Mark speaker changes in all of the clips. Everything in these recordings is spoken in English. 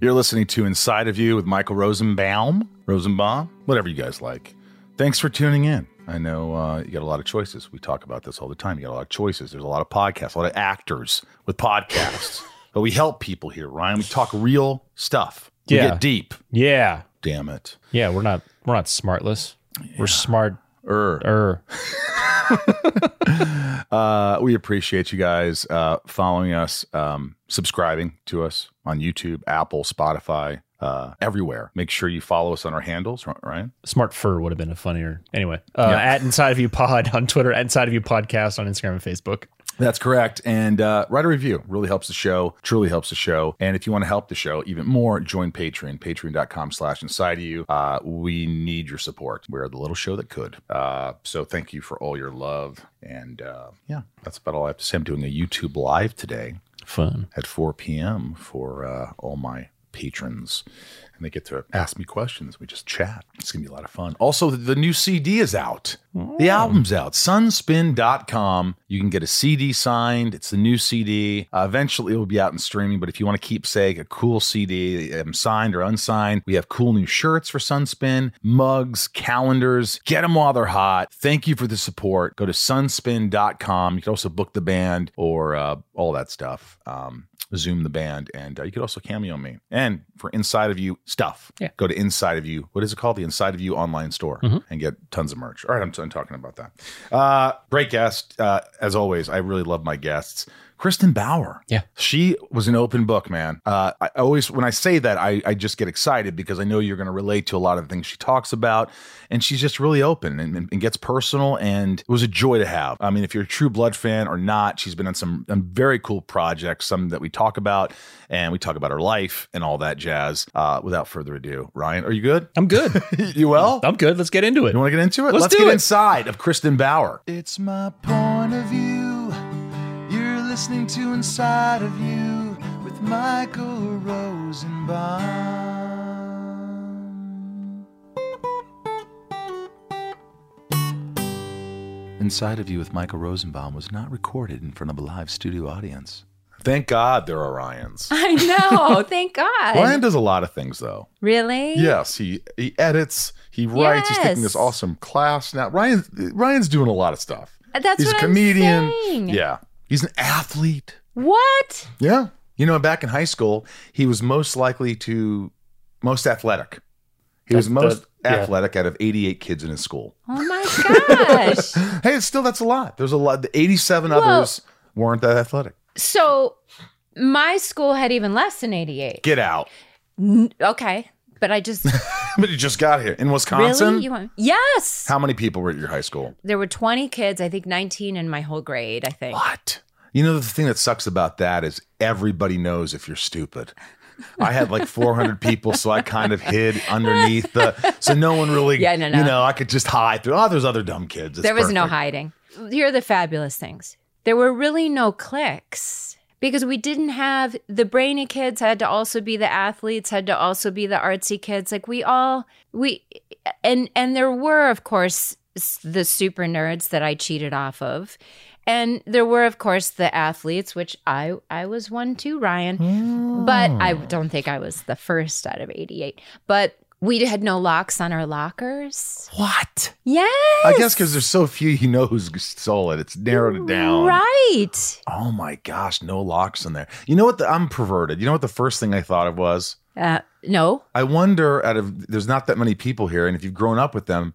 Speaker 1: You're listening to Inside of You with Michael Rosenbaum, Rosenbaum, whatever you guys like. Thanks for tuning in. I know uh, you got a lot of choices. We talk about this all the time. You got a lot of choices. There's a lot of podcasts, a lot of actors with podcasts. but we help people here, Ryan. We talk real stuff. We
Speaker 2: Yeah.
Speaker 1: get deep.
Speaker 2: Yeah.
Speaker 1: Damn it.
Speaker 2: Yeah, we're not we're not smartless. We're smart
Speaker 1: Er.
Speaker 2: er.
Speaker 1: Uh, we appreciate you guys uh, following us, um, subscribing to us on YouTube, Apple, Spotify, uh, everywhere. Make sure you follow us on our handles, Ri- Ryan.
Speaker 2: Smart fur would have been a funnier. Anyway, uh,
Speaker 1: Yeah.
Speaker 2: at Inside of You Pod on Twitter, at Inside of You Podcast on Instagram and Facebook.
Speaker 1: That's correct. And uh, write a review. Really helps the show. Truly helps the show. And if you want to help the show even more, join Patreon. Patreon.com slash inside of you. Uh, we need your support. We're the little show that could. Uh, so thank you for all your love. And uh, yeah, that's about all I have to say. I'm doing a YouTube live today
Speaker 2: Fun.
Speaker 1: at 4 p.m. for uh, all my patrons. And they get to ask me questions. We just chat. It's going to be a lot of fun. Also, the- the new CD is out. The album's out. Sunspin.com. You can get a CD signed. It's the new CD. Uh, eventually, it will be out in streaming. But if you want to keep saying a cool CD, um, signed or unsigned, we have cool new shirts for Sunspin, mugs, calendars. Get them while they're hot. Thank you for the support. Go to sunspin.com. You can also book the band or uh, all that stuff. Um, Zoom the band, and uh, you could also cameo me. And for Inside of You stuff,
Speaker 2: Yeah.
Speaker 1: go to Inside of You. What is it called? The Inside of You online store, and get tons of merch. All right, I'm, done talking about that. Uh, great guest, uh, as always. I really love my guests. Kristen Bauer.
Speaker 2: Yeah.
Speaker 1: She was an open book, man. Uh, I always, when I say that, I, I just get excited because I know you're going to relate to a lot of the things she talks about. And she's just really open and, and, and gets personal. And it was a joy to have. I mean, if you're a true Blood fan or not, she's been on some, um, very cool projects, some that we talk about. And we talk about her life and all that jazz. Uh, without further ado, Ryan, are you good?
Speaker 2: I'm good.
Speaker 1: you well?
Speaker 2: I'm good. Let's get into it.
Speaker 1: You want to get into it?
Speaker 2: Let's do
Speaker 1: get
Speaker 2: it.
Speaker 1: inside of Kristen Bauer. It's my point of view. You're listening to Inside of You with Michael Rosenbaum. Inside of You with Michael Rosenbaum was not recorded in front of a live studio audience. Thank God there are Ryans.
Speaker 3: I know. Thank God.
Speaker 1: Ryan does a lot of things, though.
Speaker 3: Really?
Speaker 1: Yes, he he edits, he writes, he's taking this
Speaker 3: Yes.
Speaker 1: awesome class now. Ryan Ryan's doing a lot of stuff.
Speaker 3: That's
Speaker 1: he's
Speaker 3: what
Speaker 1: a
Speaker 3: I'm
Speaker 1: comedian.
Speaker 3: saying.
Speaker 1: Yeah. He's an athlete.
Speaker 3: What?
Speaker 1: Yeah. You know, back in high school, he was most likely to most athletic. He was
Speaker 2: That-
Speaker 1: most
Speaker 2: that- yeah.
Speaker 1: athletic out of 88 kids in his school.
Speaker 3: Oh my gosh.
Speaker 1: Hey, it's still that's a lot. There's a lot. The 87
Speaker 3: Well-
Speaker 1: others weren't that athletic.
Speaker 3: so my school had even less than 88.
Speaker 1: Get out.
Speaker 3: N- okay. But I just
Speaker 1: But he just got here in Wisconsin.
Speaker 3: really you want Yes.
Speaker 1: how many people were at your high school?
Speaker 3: there were 20 kids, I think 19 in my whole grade, I think.
Speaker 1: What? You know, the thing that sucks about that is everybody knows if you're stupid. I had like 400 people, so I kind of hid underneath the. So no one really,
Speaker 3: Yeah, no, no.
Speaker 1: you know, I could just hide through. Oh, there's other dumb kids. It's
Speaker 3: there was no
Speaker 1: perfect.
Speaker 3: hiding. Here are the fabulous things. There were really no cliques because we didn't have the brainy kids had to also be the athletes, had to also be the artsy kids. Like we all we and and there were of course s- the super nerds that I cheated off of. And there were of course the athletes which I I was one too, Ryan. But I
Speaker 1: Hmm.
Speaker 3: don't think I was the first out of 88. But we had no locks on our lockers.
Speaker 1: What?
Speaker 3: Yes.
Speaker 1: I guess because there's so few, you know who's stole it. It's narrowed it down.
Speaker 3: Right.
Speaker 1: Oh my gosh, no locks in there. You know what? The, I'm perverted. You know what the first thing I thought of was?
Speaker 3: Uh, no.
Speaker 1: I wonder out of there's not that many people here, and if you've grown up with them,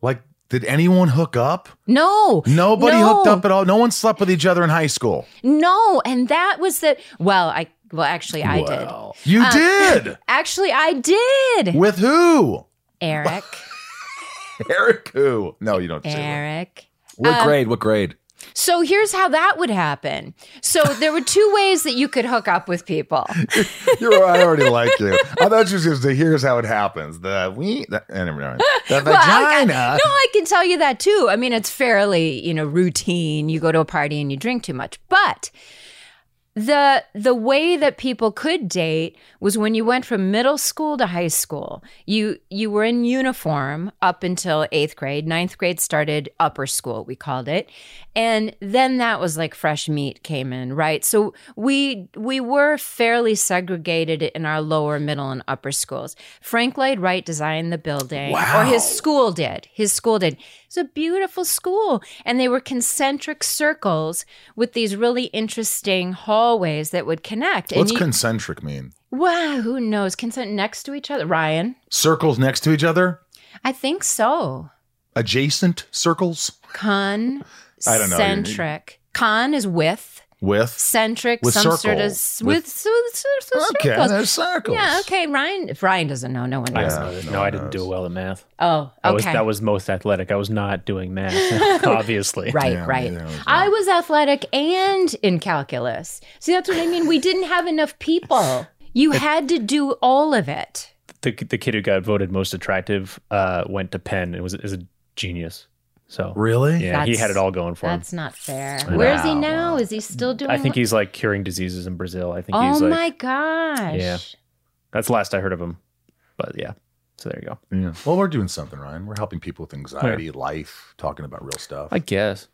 Speaker 1: like, did anyone hook up?
Speaker 3: No.
Speaker 1: Nobody
Speaker 3: No.
Speaker 1: hooked up at all. No one slept with each other in high school.
Speaker 3: No. And that was the. Well, I. Well, actually, I did.
Speaker 1: You
Speaker 3: Uh,
Speaker 1: did.
Speaker 3: Actually, I did.
Speaker 1: With who?
Speaker 3: Eric.
Speaker 1: Eric who? No, you don't. Say that.
Speaker 3: Eric.
Speaker 1: what
Speaker 3: Um,
Speaker 1: grade? What grade?
Speaker 3: So here's how that would happen. So there were two ways that you could hook up with people.
Speaker 1: You're, I already like you. I thought you was going to say, here's how it happens. The we, the, anyway, never mind. the
Speaker 3: I-
Speaker 1: vagina.
Speaker 3: I- no, I can tell you that too. I mean, it's fairly, you know, routine. You go to a party and you drink too much. But the the way that people could date was when you went from middle school to high school. You you were in uniform up until eighth grade. Ninth grade started upper school, we called it. And then that was like fresh meat came in, right? So we we were fairly segregated in our lower, middle, and upper schools. Frank Lloyd Wright designed the building. Or his
Speaker 1: Wow.
Speaker 3: school did. His school did. It's a beautiful school. And they were concentric circles with these really interesting hallways that would connect. And
Speaker 1: What's
Speaker 3: you,
Speaker 1: concentric mean?
Speaker 3: wow, who knows? Consent next to each other. Ryan,
Speaker 1: Circles next to each other?
Speaker 3: I think so.
Speaker 1: Adjacent circles
Speaker 3: Con
Speaker 1: I don't know.
Speaker 3: centric. Con is with.
Speaker 1: with?
Speaker 3: Centric,
Speaker 1: With
Speaker 3: some sort of
Speaker 1: circles.
Speaker 3: with,
Speaker 1: With-
Speaker 3: with, with, with
Speaker 1: Okay,
Speaker 3: circles.
Speaker 1: there's circles.
Speaker 3: Yeah, okay. Ryan if Ryan doesn't know, no one
Speaker 1: Yeah.
Speaker 2: I
Speaker 3: knows.
Speaker 2: don't know this.
Speaker 1: no
Speaker 2: no,
Speaker 1: one
Speaker 2: I didn't do
Speaker 1: knows.
Speaker 2: well in math.
Speaker 3: Oh,
Speaker 2: That was
Speaker 3: okay.
Speaker 2: that was most athletic. I was not doing math, obviously.
Speaker 3: Right,
Speaker 1: Yeah,
Speaker 3: right.
Speaker 1: neither was I.
Speaker 3: I was athletic and in calculus. See, that's what I mean. We didn't have enough people. You had to do all of it.
Speaker 2: The the kid who got voted most attractive uh, went to Penn and was is a genius. So
Speaker 1: Really?
Speaker 2: yeah, he
Speaker 3: That's-
Speaker 2: had it all going for him.
Speaker 3: That's not fair. Where is he
Speaker 1: Wow.
Speaker 3: now? Is he still doing?
Speaker 2: I think
Speaker 3: what-
Speaker 2: he's like curing diseases in Brazil. I think
Speaker 3: Oh
Speaker 2: he's like
Speaker 3: my gosh.
Speaker 2: Yeah. that's the last I heard of him. But yeah, so there you go.
Speaker 1: Yeah. Well, we're doing something, Ryan. We're helping people with anxiety, life, talking about real stuff.
Speaker 2: I guess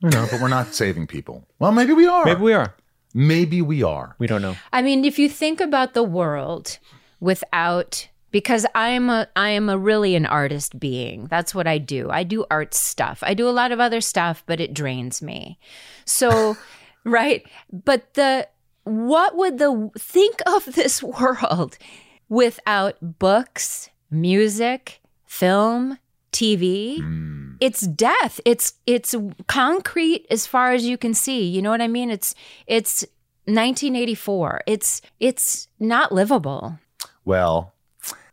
Speaker 1: you know, but we're not saving people. Well, maybe we are.
Speaker 2: maybe we are.
Speaker 1: Maybe we are.
Speaker 2: We don't know.
Speaker 3: I mean, if you think about the world without because I'm a I am a really an artist being. That's what I do. I do art stuff. I do a lot of other stuff, but it drains me. So, right? But the what would the think of this world without books, music, film, TV?
Speaker 1: Mm.
Speaker 3: it's death it's it's concrete as far as you can see you know what i mean it's it's 1984 it's it's not livable
Speaker 1: Well,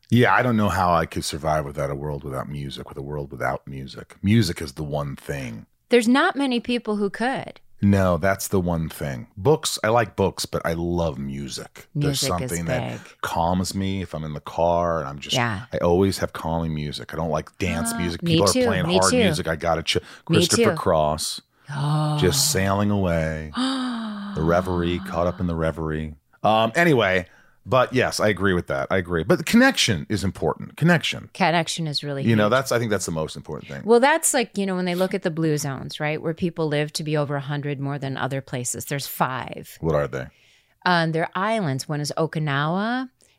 Speaker 1: yeah, I don't know how I could survive without a world without music, with a world without music. Music is the one thing.
Speaker 3: there's not many people who could
Speaker 1: No, that's the one thing. Books, I like books, but I love music. There's
Speaker 3: Music is
Speaker 1: something that
Speaker 3: big.
Speaker 1: calms me if I'm in the car and I'm just,
Speaker 3: Yeah.
Speaker 1: I always have calming music. I don't like dance
Speaker 3: Ah,
Speaker 1: music.
Speaker 3: me
Speaker 1: People
Speaker 3: too,
Speaker 1: are playing
Speaker 3: me
Speaker 1: hard
Speaker 3: too.
Speaker 1: music. I got to ch-
Speaker 3: Me
Speaker 1: Christopher
Speaker 3: too.
Speaker 1: Cross,
Speaker 3: oh
Speaker 1: just sailing away. the reverie,
Speaker 3: Ah.
Speaker 1: caught up in the reverie. Um, anyway, but yes, I agree with that. I agree. But the connection is important. Connection.
Speaker 3: connection is really
Speaker 1: You know,
Speaker 3: huge.
Speaker 1: that's I think that's the most important thing.
Speaker 3: well that's like you know when they look at the blue zones right where people live to be over 100 more than other places there's five
Speaker 1: What are they?
Speaker 3: um, they're islands one is okinawa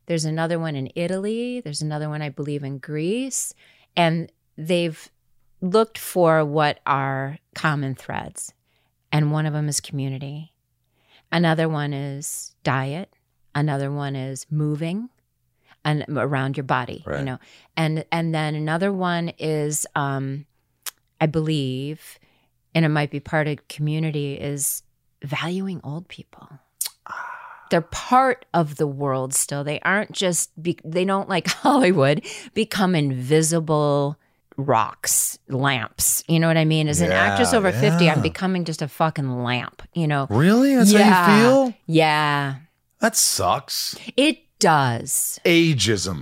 Speaker 3: there's another one in italy there's another one i believe in greece and they've looked for what are common threads and one of them is community another one is diet another one is moving and around your body
Speaker 1: Right.
Speaker 3: you know and and then another one is um i believe and it might be part of community is valuing old people they're part of the world still they aren't just be, they don't like hollywood become invisible rocks lamps you know what i mean as an actress
Speaker 1: Yeah,
Speaker 3: over 50 i'm
Speaker 1: yeah.
Speaker 3: becoming just a fucking lamp you know
Speaker 1: Really? That's
Speaker 3: Yeah.
Speaker 1: how you feel?
Speaker 3: yeah
Speaker 1: That sucks.
Speaker 3: it does
Speaker 1: Ageism.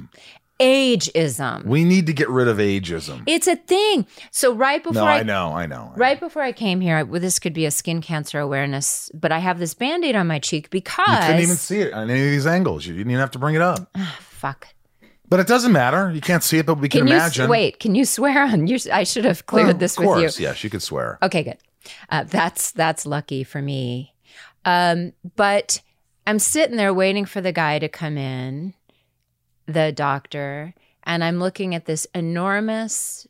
Speaker 3: ageism
Speaker 1: We need to get rid of ageism.
Speaker 3: it's a thing so right before
Speaker 1: no,
Speaker 3: I,
Speaker 1: I, know, I know. I
Speaker 3: right before i came here I, well, this could be a skin cancer awareness but i have this band-aid on my cheek
Speaker 1: know. You
Speaker 3: because
Speaker 1: couldn't even see it on any of these angles. You didn't even have to bring it up.
Speaker 3: Ah, fuck
Speaker 1: But it doesn't matter. You can't see it, but we can,
Speaker 3: can you s-
Speaker 1: imagine.
Speaker 3: wait can you swear on your i should have cleared
Speaker 1: Well,
Speaker 3: this
Speaker 1: of course,
Speaker 3: with you
Speaker 1: Yes, you could swear.
Speaker 3: Okay, good. Uh, that's that's lucky for me. Um, but I'm sitting there waiting for the guy to come in, the doctor, and I'm looking at this enormous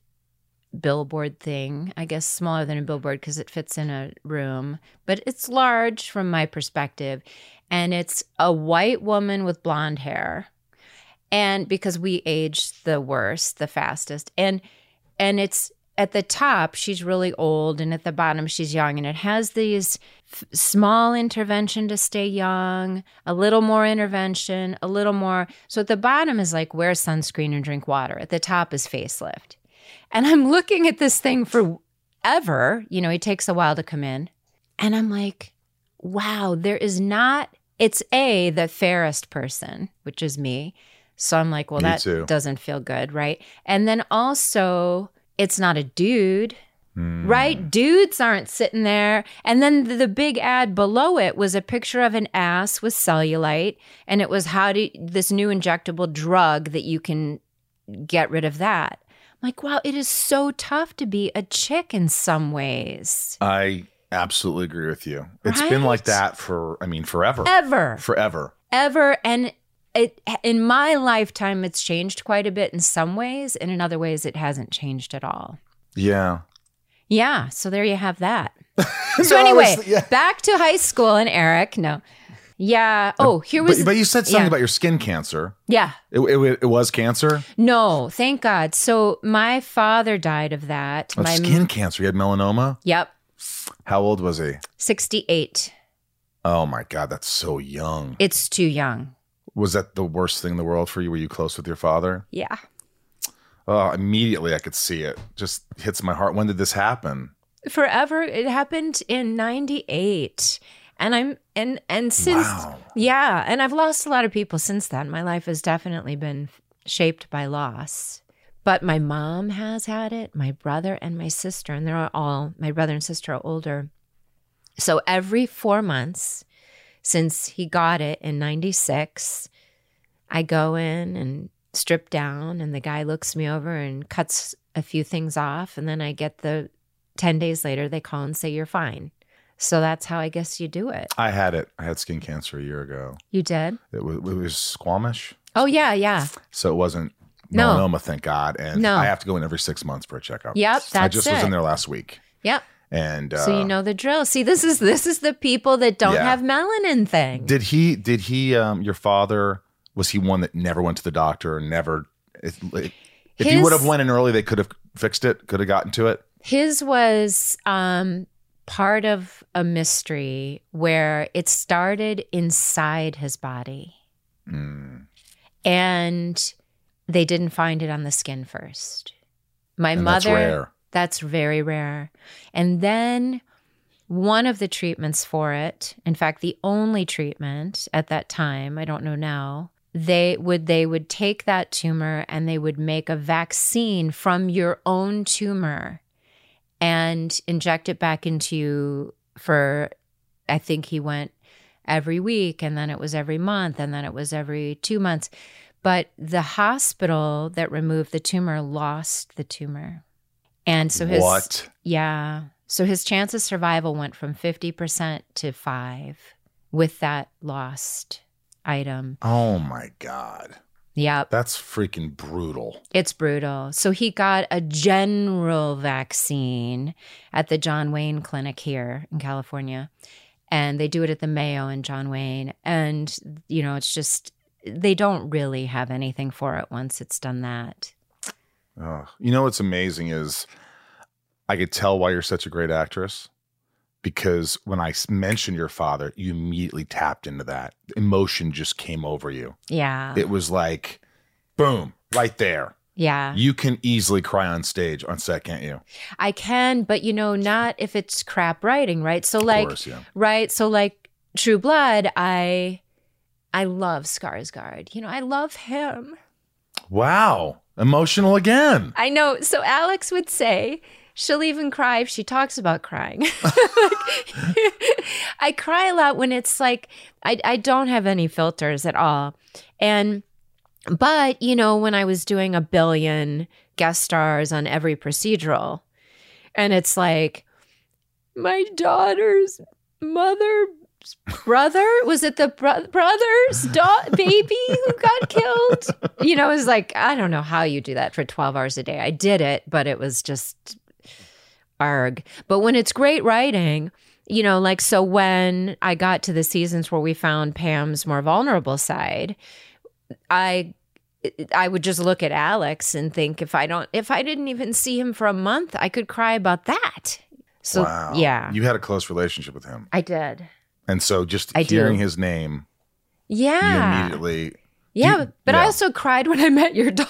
Speaker 3: billboard thing. I guess smaller than a billboard because it fits in a room, but it's large from my perspective, and it's a white woman with blonde hair, and because we age the worst, the fastest, and and it's at the top she's really old and at the bottom she's young and it has these f- small intervention to stay young a little more intervention a little more so at the bottom is like wear sunscreen and drink water at the top is facelift and i'm looking at this thing for ever. You know, he takes a while to come in. And I'm like, wow, there is not, it's A, the fairest person, which is me. So I'm like, well,
Speaker 1: Me
Speaker 3: that
Speaker 1: too.
Speaker 3: doesn't feel good, right? And then also, it's not a dude
Speaker 1: Hmm.
Speaker 3: right? Dudes aren't sitting there. And then the, the big ad below it was a picture of an ass with cellulite, and it was how do this new injectable drug that you can get rid of that. I'm like, wow, it is so tough to be a chick in some ways.
Speaker 1: I absolutely agree with you. It's been
Speaker 3: Right?
Speaker 1: like that for, I mean, forever.
Speaker 3: Ever,
Speaker 1: Forever.
Speaker 3: ever, and. It, in my lifetime, it's changed quite a bit in some ways, and in other ways, it hasn't changed at all.
Speaker 1: Yeah.
Speaker 3: Yeah, so there you have that.
Speaker 1: No,
Speaker 3: So
Speaker 1: I was-
Speaker 3: anyway,
Speaker 1: yeah.
Speaker 3: back to high school and Eric. No, yeah. Oh, here was
Speaker 1: But, but you said something
Speaker 3: yeah.
Speaker 1: about your skin cancer.
Speaker 3: yeah.
Speaker 1: It, it, it was cancer?
Speaker 3: No, thank God. So my father died of that.
Speaker 1: Of
Speaker 3: my
Speaker 1: skin cancer. You had melanoma?
Speaker 3: Yep,
Speaker 1: How old was he?
Speaker 3: sixty eight.
Speaker 1: Oh my God, that's so young.
Speaker 3: It's too young.
Speaker 1: Was that the worst thing in the world for you? Were you close with your father?
Speaker 3: Yeah.
Speaker 1: Oh, immediately I could see it. Just hits my heart. When did this happen?
Speaker 3: Forever. It happened in ninety eight, and I'm and and since
Speaker 1: Wow.
Speaker 3: yeah, and I've lost a lot of people since then. My life has definitely been shaped by loss. But my mom has had it, my brother and my sister, and they're all, my brother and sister are older. So every four months since he got it in 96, I go in and strip down, and the guy looks me over and cuts a few things off. And then I get the 10 days later, they call and say, You're fine. So that's how I guess you do it.
Speaker 1: I had it. I had skin cancer a year ago.
Speaker 3: You did?
Speaker 1: It was, it was squamish.
Speaker 3: Oh, yeah, yeah.
Speaker 1: So it wasn't
Speaker 3: No.
Speaker 1: melanoma, thank God. And
Speaker 3: No.
Speaker 1: I have to go in every six months for a checkup.
Speaker 3: Yep,
Speaker 1: I
Speaker 3: that's
Speaker 1: just was
Speaker 3: it.
Speaker 1: in there last week.
Speaker 3: Yep.
Speaker 1: And
Speaker 3: so you
Speaker 1: uh,
Speaker 3: know the drill. See, this is this is the people that don't
Speaker 1: Yeah.
Speaker 3: have melanin thing.
Speaker 1: Did he? Did he? Um, your father was he one that never went to the doctor? Never. If, if you
Speaker 3: His-
Speaker 1: would have went in early, they could have fixed it. Could have gotten to it.
Speaker 3: His was um, part of a mystery where it started inside his body,
Speaker 1: Mm.
Speaker 3: and they didn't find it on the skin first. My
Speaker 1: And
Speaker 3: mother.
Speaker 1: That's rare.
Speaker 3: That's very rare. And then one of the treatments for it, in fact, the only treatment at that time, I don't know now, they would they would take that tumor and they would make a vaccine from your own tumor and inject it back into you for I think he went every week and then it was every month and then it was every 2 months. But the hospital that removed the tumor lost the tumor. And so his
Speaker 1: what?
Speaker 3: yeah. So his chance of survival went from 50% to 5 with that lost item.
Speaker 1: Oh my God.
Speaker 3: Yep.
Speaker 1: That's freaking brutal.
Speaker 3: It's brutal. So he got a general vaccine at the John Wayne Clinic here in California. And they do it at the Mayo and John Wayne. And, you know, it's just, they don't really have anything for it once it's done that.
Speaker 1: Ugh. You know what's amazing is I could tell why you're such a great actress because when I s- mentioned your father, you immediately tapped into that. Emotion just came over you.
Speaker 3: Yeah.
Speaker 1: It was like, boom, right there.
Speaker 3: yeah.
Speaker 1: You can easily cry on stage on set, can't you?
Speaker 3: I can, but, you know, not if it's crap writing, right? So,
Speaker 1: of
Speaker 3: like,
Speaker 1: course, yeah.
Speaker 3: right so like true blood i i love Skarsgård. you know i love him
Speaker 1: Wow. Emotional again.
Speaker 3: i know so alex would say she'll even cry if she talks about crying i cry a lot when it's like I, I don't have any filters at all and but you know when i was doing a billion guest stars on every procedural and it's like my daughter's mother brother was it the bro- brother's da- baby who got killed you know it was like i don't know how you do that for 12 hours a day i did it but it was just arg but when it's great writing you know like so when i got to the seasons where we found pam's more vulnerable side i i would just look at alex and think if i don't if i didn't even see him for a month i could cry about that so
Speaker 1: wow.
Speaker 3: yeah
Speaker 1: You had a close relationship with him.
Speaker 3: i did
Speaker 1: And so just
Speaker 3: I do.
Speaker 1: hearing his name,
Speaker 3: yeah
Speaker 1: you immediately
Speaker 3: Yeah,
Speaker 1: You-
Speaker 3: but I
Speaker 1: yeah.
Speaker 3: also cried when I met your dog.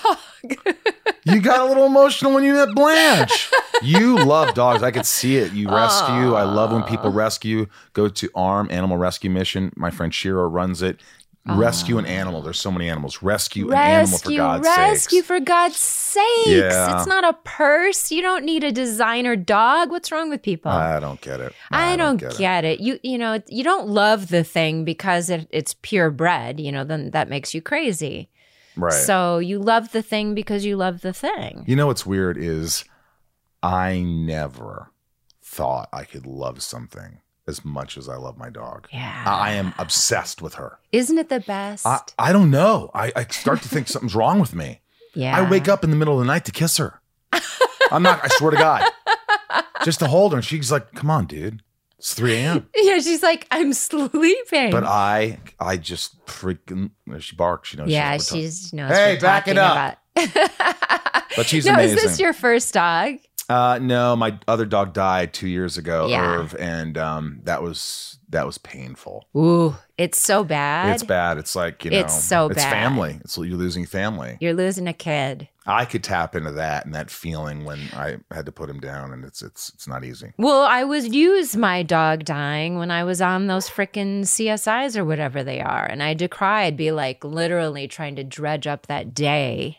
Speaker 1: You got a little emotional when you met Blanche. You love dogs. I could see it. You rescue. I love when people rescue. Go to ARM Animal Rescue Mission. My friend Shiro runs it. Rescue an animal. There's so many animals. Rescue, an animal for
Speaker 3: Rescue,
Speaker 1: God's
Speaker 3: rescue
Speaker 1: sakes.
Speaker 3: for God's sakes.
Speaker 1: Yeah.
Speaker 3: It's not a purse. You don't need a designer dog. What's wrong with people?
Speaker 1: I don't get it.
Speaker 3: I, don't, get, it. You you know, you don't love the thing because it, it's purebred, you know, then that makes you crazy.
Speaker 1: it. Right.
Speaker 3: So you love the thing because you love the thing.
Speaker 1: You know what's weird is I never thought I could love something as much as I love my dog.
Speaker 3: Yeah.
Speaker 1: I I am obsessed with her.
Speaker 3: Isn't it the best?
Speaker 1: I, I don't know. I, I start to think something's wrong with me.
Speaker 3: yeah.
Speaker 1: I wake up in the middle of the night to kiss her. I'm not, I swear to God. Just to hold her. And she's like, come on, dude. It's 3 a.m.
Speaker 3: Yeah, she's like, I'm sleeping.
Speaker 1: But I I just freaking she barks, she knows
Speaker 3: yeah,
Speaker 1: we're talking.
Speaker 3: she's no.
Speaker 1: Hey, back it up. But she's
Speaker 3: no,
Speaker 1: amazing.
Speaker 3: is this your first dog?
Speaker 1: Uh, no, my other dog died two years ago,
Speaker 3: Yeah.
Speaker 1: Irv, and um, that was that was painful.
Speaker 3: Ooh, it's so bad.
Speaker 1: It's bad. It's like you know,
Speaker 3: It's so
Speaker 1: it's
Speaker 3: bad.
Speaker 1: family. It's you're losing family.
Speaker 3: You're losing a kid.
Speaker 1: I could tap into that and that feeling when I had to put him down, and it's it's it's not easy.
Speaker 3: Well, I was used my dog dying when I was on those frickin' CSIs or whatever they are, and I decried, be like literally trying to dredge up that day.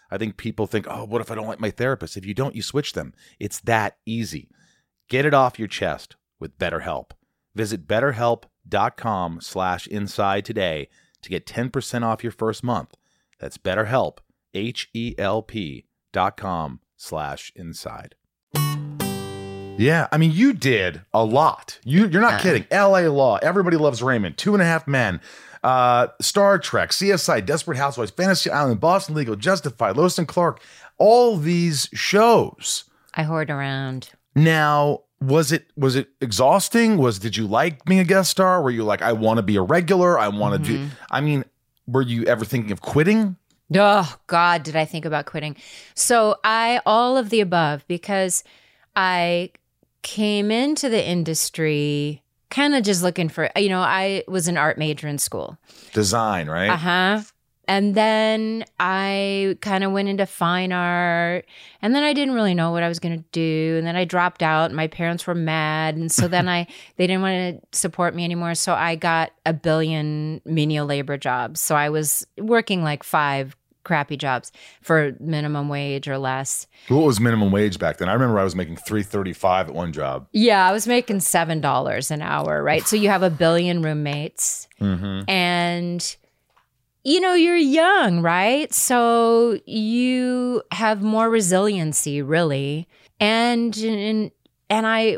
Speaker 1: I think people think, oh, what if I don't like my therapist? If you don't, you switch them. It's that easy. Get it off your chest with BetterHelp. Visit betterhelp.com slash inside today to get 10% off your first month. That's betterhelp, H-E-L-P dot com slash inside. Yeah, I mean, you did a lot. You, you're
Speaker 3: Uh-uh.
Speaker 1: not kidding. L.A. Law, Everybody Loves Raymond, Two and a Half Men, uh, Star Trek, CSI, Desperate Housewives, Fantasy Island, Boston Legal, Justified, Lois and Clark. All these shows.
Speaker 3: I hoard around.
Speaker 1: Now, was it was it exhausting? Was did you like being a guest star? Were you like, I want to be a regular? I want
Speaker 3: Mm-hmm.
Speaker 1: to do. I mean, were you ever thinking of quitting?
Speaker 3: Oh God, did I think about quitting? So I all of the above because I came into the industry kind of just looking for you know I was an art major in school.
Speaker 1: Design, right?
Speaker 3: Uh huh. And then I kind of went into fine art. And then I didn't really know what I was going to do. And then I dropped out. And my parents were mad. And so then I, they didn't want to support me anymore. So I got a billion menial labor jobs. So I was working like five crappy jobs for minimum wage or less.
Speaker 1: What was minimum wage back then? I remember I was making three thirty five at one job.
Speaker 3: Yeah, I was making $7 an hour, right? So you have a billion roommates.
Speaker 1: Mm-hmm.
Speaker 3: and you know you're young right so you have more resiliency really and and, and i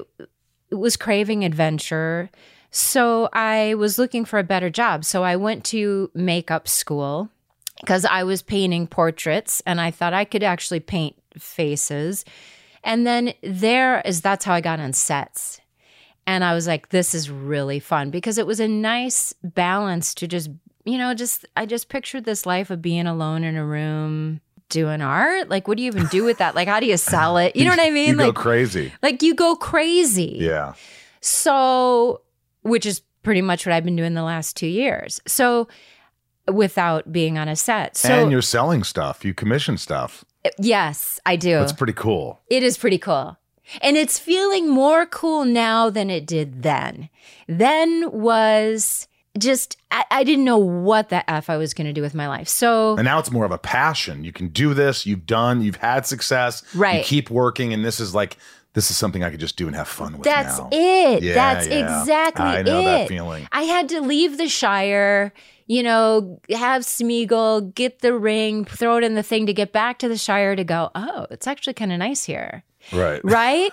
Speaker 3: was craving adventure so i was looking for a better job so i went to makeup school because i was painting portraits and i thought i could actually paint faces and then there is that's how i got on sets and I was like, this is really fun because it was a nice balance to just, you know, just, I just pictured this life of being alone in a room doing art. Like, what do you even do with that? Like, how do you sell it? You know what I mean?
Speaker 1: You go
Speaker 3: like,
Speaker 1: crazy.
Speaker 3: like you go crazy.
Speaker 1: Yeah.
Speaker 3: So, which is pretty much what I've been doing the last two years. So, without being on a set. So,
Speaker 1: and you're selling stuff. You commission stuff.
Speaker 3: yes, I do.
Speaker 1: That's pretty cool.
Speaker 3: It is pretty cool. And it's feeling more cool now than it did then. Then was just, I, I didn't know what the F I was going to do with my life. So,
Speaker 1: And now it's more of a passion. You can do this. You've done. You've had success. You
Speaker 3: Right.
Speaker 1: keep working, and this is like this is something I could just do and have fun with.
Speaker 3: that's
Speaker 1: now.
Speaker 3: it.
Speaker 1: Yeah,
Speaker 3: that's
Speaker 1: yeah.
Speaker 3: exactly
Speaker 1: I know
Speaker 3: it.
Speaker 1: that feeling.
Speaker 3: I had to leave the Shire, you know, have Smeagol, get the ring, throw it in the thing to get back to the Shire to go, oh, it's actually kind of nice here.
Speaker 1: Right.
Speaker 3: right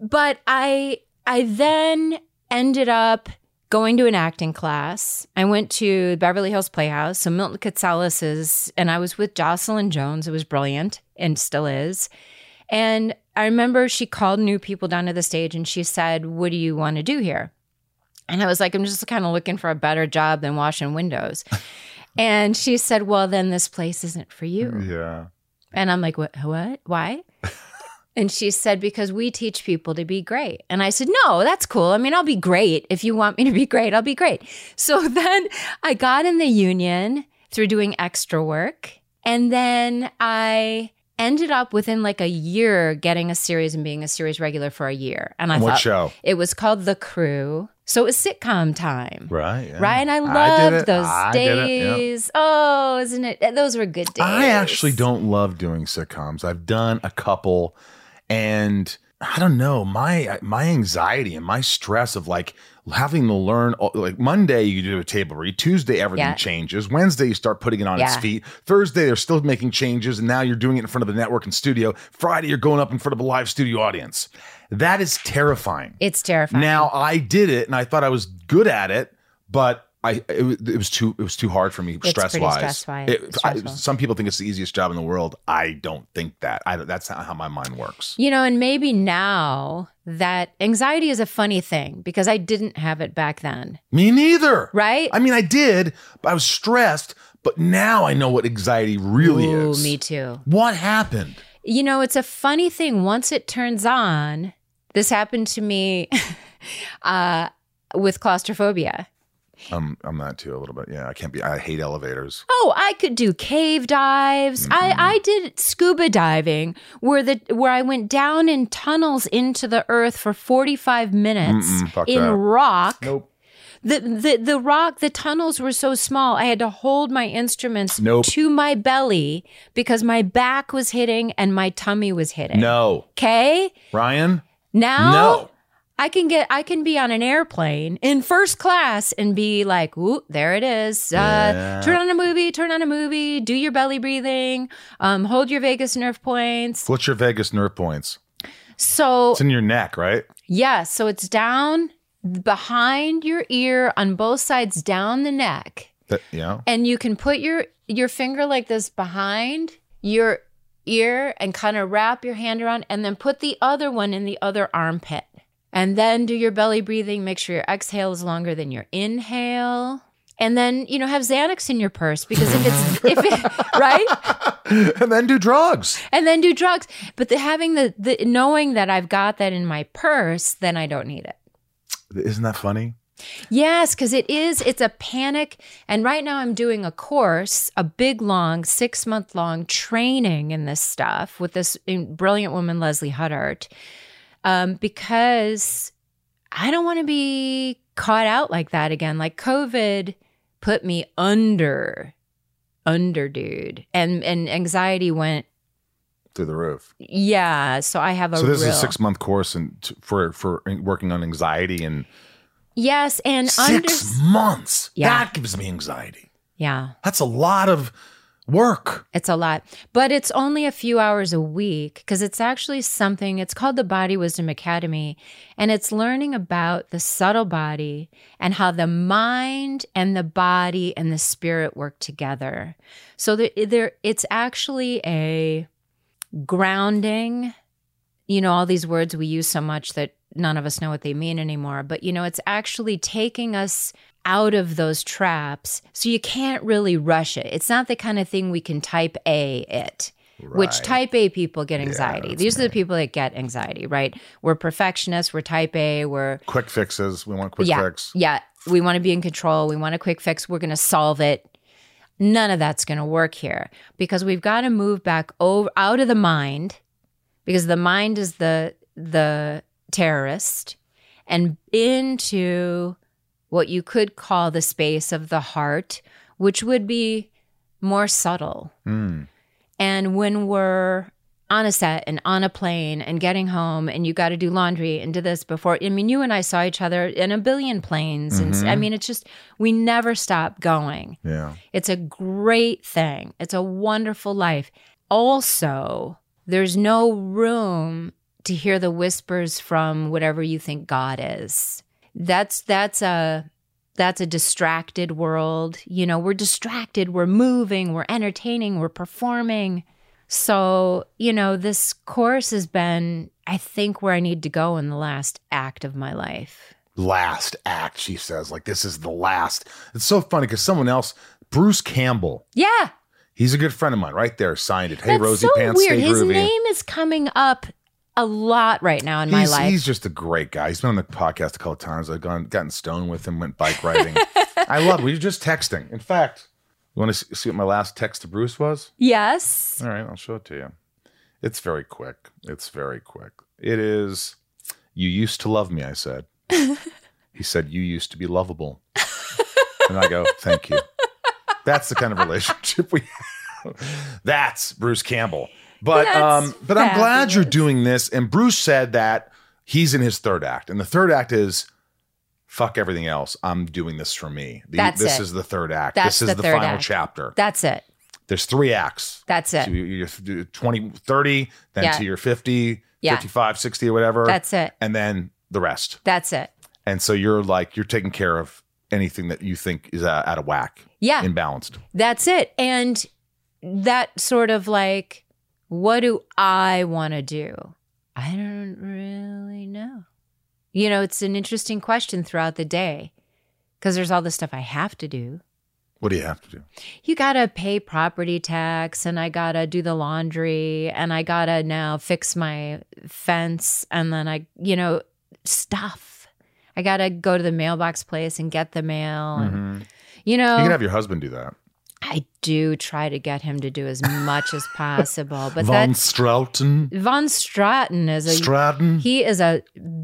Speaker 3: but i i then ended up going to an acting class i went to beverly hills playhouse so milton catsalis and i was with jocelyn jones it was brilliant and still is and i remember she called new people down to the stage and she said what do you want to do here and i was like i'm just kind of looking for a better job than washing windows and she said well then this place isn't for you
Speaker 1: Yeah.
Speaker 3: and I'm like, what? What? Why? and she said, because we teach people to be great. And I said, no, that's cool. I mean, I'll be great. If you want me to be great, I'll be great. So then I got in the union through doing extra work. And then I ended up within like a year getting a series and being a series regular for a year. And I
Speaker 1: what
Speaker 3: thought
Speaker 1: show?
Speaker 3: it was called The Crew. So it was sitcom time.
Speaker 1: Right. yeah.
Speaker 3: Right. And I
Speaker 1: did
Speaker 3: loved
Speaker 1: it.
Speaker 3: those
Speaker 1: I did it, yeah.
Speaker 3: days. Oh, isn't it? Those were good days.
Speaker 1: I actually don't love doing sitcoms. I've done a couple and I don't know, my my anxiety and my stress of like having to learn all- like Monday you do a table read, Tuesday everything
Speaker 3: Yeah.
Speaker 1: changes, Wednesday you start putting it on its
Speaker 3: Yeah.
Speaker 1: feet, Thursday they're still making changes and now you're doing it in front of the network and studio, Friday you're going up in front of a live studio audience. That is terrifying.
Speaker 3: It's terrifying.
Speaker 1: Now I did it, and I thought I was good at it, but I it, was- it was too it was too hard for me
Speaker 3: pretty
Speaker 1: stress wise.
Speaker 3: stress-wise- stressful.
Speaker 1: Some people think it's the easiest job in the world. I don't think that. I don't- that's not how my mind works.
Speaker 3: You know, and maybe now that anxiety is a funny thing because I didn't have it back then,
Speaker 1: Me neither.
Speaker 3: right?
Speaker 1: I mean, I did, but I was stressed. But now I know what anxiety really
Speaker 3: Ooh,
Speaker 1: is.
Speaker 3: me too.
Speaker 1: What happened?
Speaker 3: You know, it's a funny thing. Once it turns on, this happened to me uh, with claustrophobia.
Speaker 1: Um, I'm not too a little bit. Yeah, I can't be. I hate elevators.
Speaker 3: Oh, I could do cave dives. I,
Speaker 1: Mm-hmm.
Speaker 3: I did scuba diving where the where I went down in tunnels into the earth for 45 minutes
Speaker 1: Mm-mm, fuck
Speaker 3: in
Speaker 1: that.
Speaker 3: rock.
Speaker 1: Nope.
Speaker 3: the, the the rock the tunnels were so small i had to hold my instruments
Speaker 1: Nope.
Speaker 3: to my belly because my back was hitting and my tummy was hitting
Speaker 1: No.
Speaker 3: okay
Speaker 1: Ryan?
Speaker 3: now
Speaker 1: No.
Speaker 3: i can get i can be on an airplane in first class and be like ooh there it is uh,
Speaker 1: Yeah.
Speaker 3: turn on a movie turn on a movie do your belly breathing um, hold your vagus nerve points
Speaker 1: What's your Vegas nerve points?
Speaker 3: so
Speaker 1: It's in your neck, right?
Speaker 3: yeah, so it's down behind your ear on both sides down the neck.
Speaker 1: That, yeah.
Speaker 3: And you can put your your finger like this behind your ear and kind of wrap your hand around and then put the other one in the other armpit. And then do your belly breathing, make sure your exhale is longer than your inhale. And then, you know, have Xanax in your purse because if it's if it, right?
Speaker 1: and then do drugs.
Speaker 3: And then do drugs. But the having the, the knowing that I've got that in my purse, then I don't need it.
Speaker 1: Isn't that funny?
Speaker 3: Yes, because it is. It's a panic. And right now I'm doing a course, a big, long, six month long training in this stuff with this in- brilliant woman, Leslie Huddart, um, because I don't want to be caught out like that again. Like COVID put me under, under, dude. And, and anxiety went,
Speaker 1: Through the roof.
Speaker 3: yeah. So I have a
Speaker 1: so this
Speaker 3: real-
Speaker 1: is a six month course and t- for for working on anxiety and
Speaker 3: Yes. And
Speaker 1: six
Speaker 3: under,
Speaker 1: months.
Speaker 3: Yeah.
Speaker 1: That gives me anxiety.
Speaker 3: yeah.
Speaker 1: That's a lot of work.
Speaker 3: It's a lot, but it's only a few hours a week because it's actually something. It's called the Body Wisdom Academy, and it's learning about the subtle body and how the mind and the body and the spirit work together. So there, there it's actually a grounding. You know, all these words we use so much that none of us know what they mean anymore, but you know, it's actually taking us out of those traps. So you can't really rush it. It's not the kind of thing we can type A it, which
Speaker 1: Right.
Speaker 3: type A people get anxiety.
Speaker 1: that's
Speaker 3: These are the people that get anxiety, right? We're perfectionists, we're type A, we're
Speaker 1: Quick fixes. We want quick
Speaker 3: yeah,
Speaker 1: fix.
Speaker 3: yeah. We want to be in control. We want a quick fix. We're going to solve it. None of that's going to work here because we've got to move back over out of the mind because the mind is the the terrorist and into what you could call the space of the heart, which would be more subtle.
Speaker 1: Mm.
Speaker 3: And when we're on a set and on a plane and getting home and you got to do laundry and do this before, I mean, you and I saw each other in a billion planes. And s- I mean, it's just, we never stop going.
Speaker 1: Yeah.
Speaker 3: It's a great thing. It's a wonderful life. Also, there's no room to hear the whispers from whatever you think God is. That's that's a that's a distracted world. You know, we're distracted, we're moving, we're entertaining, we're performing. So, you know, this course has been I think where I need to go in the last act of my life.
Speaker 1: last act she says like this is the last it's so funny because someone else bruce campbell
Speaker 3: Yeah.
Speaker 1: he's a good friend of mine right there signed it hey
Speaker 3: That's
Speaker 1: rosie
Speaker 3: so
Speaker 1: pants
Speaker 3: weird.
Speaker 1: stay
Speaker 3: His
Speaker 1: groovy
Speaker 3: name is coming up a lot right now in my
Speaker 1: he's,
Speaker 3: life.
Speaker 1: he's just a great guy he's been on the podcast a couple of times i've gone gotten stoned with him went bike riding i love we were just texting in fact you want to see what my last text to bruce was
Speaker 3: yes.
Speaker 1: all right i'll show it to you it's very quick it's very quick it is you used to love me i said he said you used to be lovable and i go thank you that's the kind of relationship we have that's bruce campbell but
Speaker 3: That's
Speaker 1: um but i'm glad you're
Speaker 3: fabulous.
Speaker 1: doing this and bruce said that he's in his third act and the third act is fuck everything else i'm doing this for me The-
Speaker 3: That's
Speaker 1: this
Speaker 3: it.
Speaker 1: is the third act
Speaker 3: That's
Speaker 1: this is the,
Speaker 3: the third
Speaker 1: final
Speaker 3: act.
Speaker 1: chapter
Speaker 3: That's it.
Speaker 1: there's three acts
Speaker 3: That's it.
Speaker 1: to your your 20 30 then
Speaker 3: Yeah.
Speaker 1: to your 50
Speaker 3: Yeah.
Speaker 1: 55 60 or whatever
Speaker 3: That's it.
Speaker 1: and then the rest
Speaker 3: That's it.
Speaker 1: and so you're like you're taking care of anything that you think is uh, out of whack
Speaker 3: Yeah.
Speaker 1: imbalanced
Speaker 3: That's it. And that sort of like, what do I want to do? I don't really know. You know, it's an interesting question throughout the day because there's all the stuff I have to do.
Speaker 1: what do you have to do
Speaker 3: you gotta pay property tax and i gotta do the laundry and i gotta now fix my fence and then i you know stuff i gotta go to the mailbox place and get the mail and,
Speaker 1: Mhm.
Speaker 3: you know
Speaker 1: you can have your husband do that
Speaker 3: i do try to get him to do as much as possible but
Speaker 1: von
Speaker 3: that's
Speaker 1: strauten
Speaker 3: von straten is a
Speaker 1: straten
Speaker 3: he is a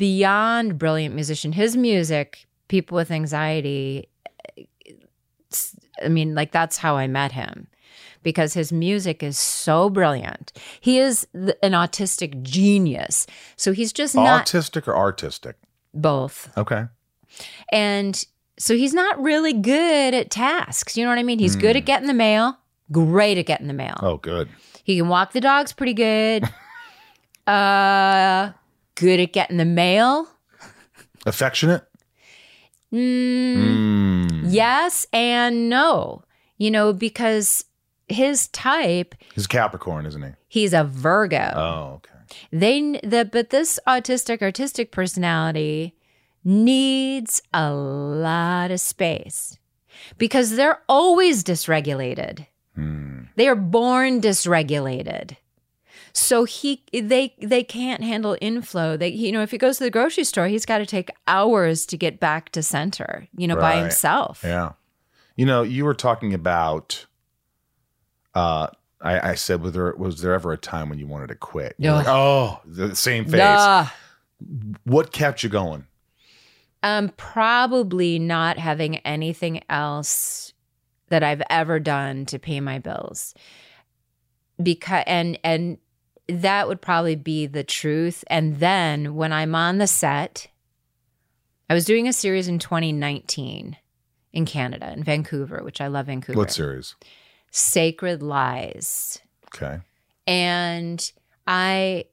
Speaker 3: beyond brilliant musician his music people with anxiety. it's- I mean, like that's how I met him because his music is so brilliant. He is th- an autistic genius. So he's just not
Speaker 1: Autistic or artistic?
Speaker 3: both.
Speaker 1: Okay.
Speaker 3: And so he's not really good at tasks. You know what I mean? He's good at getting the mail, great at getting the mail.
Speaker 1: Oh, good.
Speaker 3: He can walk the dogs pretty good. uh good at getting the mail.
Speaker 1: Affectionate?
Speaker 3: Mm,
Speaker 1: Mm.
Speaker 3: Yes and no. You know, because his type,
Speaker 1: He's a Capricorn, isn't he?
Speaker 3: he's a Virgo.
Speaker 1: Oh, okay.
Speaker 3: They n- the but this autistic artistic personality needs a lot of space because they're always dysregulated.
Speaker 1: Hmm.
Speaker 3: They are born dysregulated. So he they they can't handle inflow. They you know if he goes to the grocery store, he's got to take hours to get back to center, you know, by
Speaker 1: Right.
Speaker 3: himself.
Speaker 1: Yeah. You know, you were talking about. Uh, I, I said, was there was there ever a time when you wanted to quit? You were
Speaker 3: Ugh.
Speaker 1: like, oh, the same face.
Speaker 3: Nah.
Speaker 1: What kept you going?
Speaker 3: Um, probably not having anything else that I've ever done to pay my bills. Because and and that would probably be the truth. And then when I'm on the set, I was doing a series in 2019 in Canada, in Vancouver, which I love Vancouver.
Speaker 1: What series?
Speaker 3: Sacred Lies
Speaker 1: Okay.
Speaker 3: and I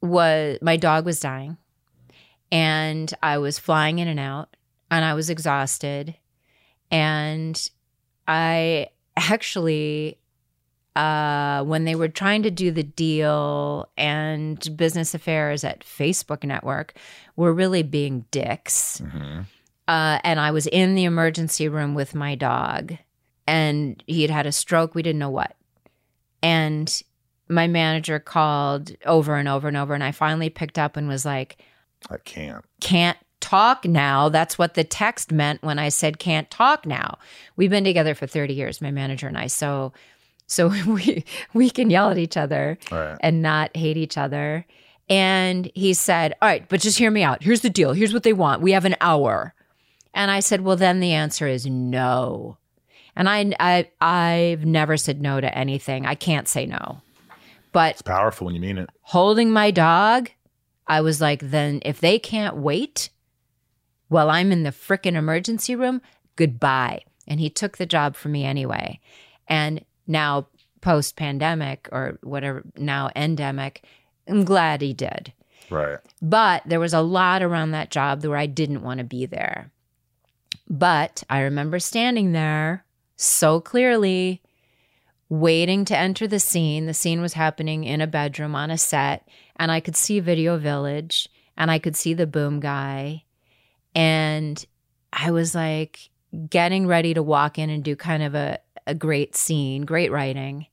Speaker 3: was my dog was dying and I was flying in and out and I was exhausted and I actually uh when they were trying to do the deal and business affairs at Facebook network were really being dicks
Speaker 1: hmm
Speaker 3: uh, and I was in the emergency room with my dog, and he had had a stroke. We didn't know what. And my manager called over and over and over, and I finally picked up and was like,
Speaker 1: I can't.
Speaker 3: can't talk now. That's what the text meant when I said can't talk now. We've been together for 30 years, my manager and I. So so we we can yell at each other
Speaker 1: All right.
Speaker 3: and not hate each other. And he said, All right, but just hear me out. Here's the deal. Here's what they want. We have an hour. And I said, Well, then the answer is no. And I, I I've never said no to anything. I can't say no. But
Speaker 1: It's powerful when you mean it.
Speaker 3: holding my dog, I was like, then if they can't wait while I'm in the frickin' emergency room, goodbye. And he took the job from me anyway. And now, post pandemic or whatever, now endemic, I'm glad he did.
Speaker 1: Right.
Speaker 3: But there was a lot around that job where I didn't want to be there. But I remember standing there so clearly, waiting to enter the scene. The scene was happening in a bedroom on a set, and I could see Video Village and I could see the boom guy. And I was like getting ready to walk in and do kind of a, a great scene, great writing.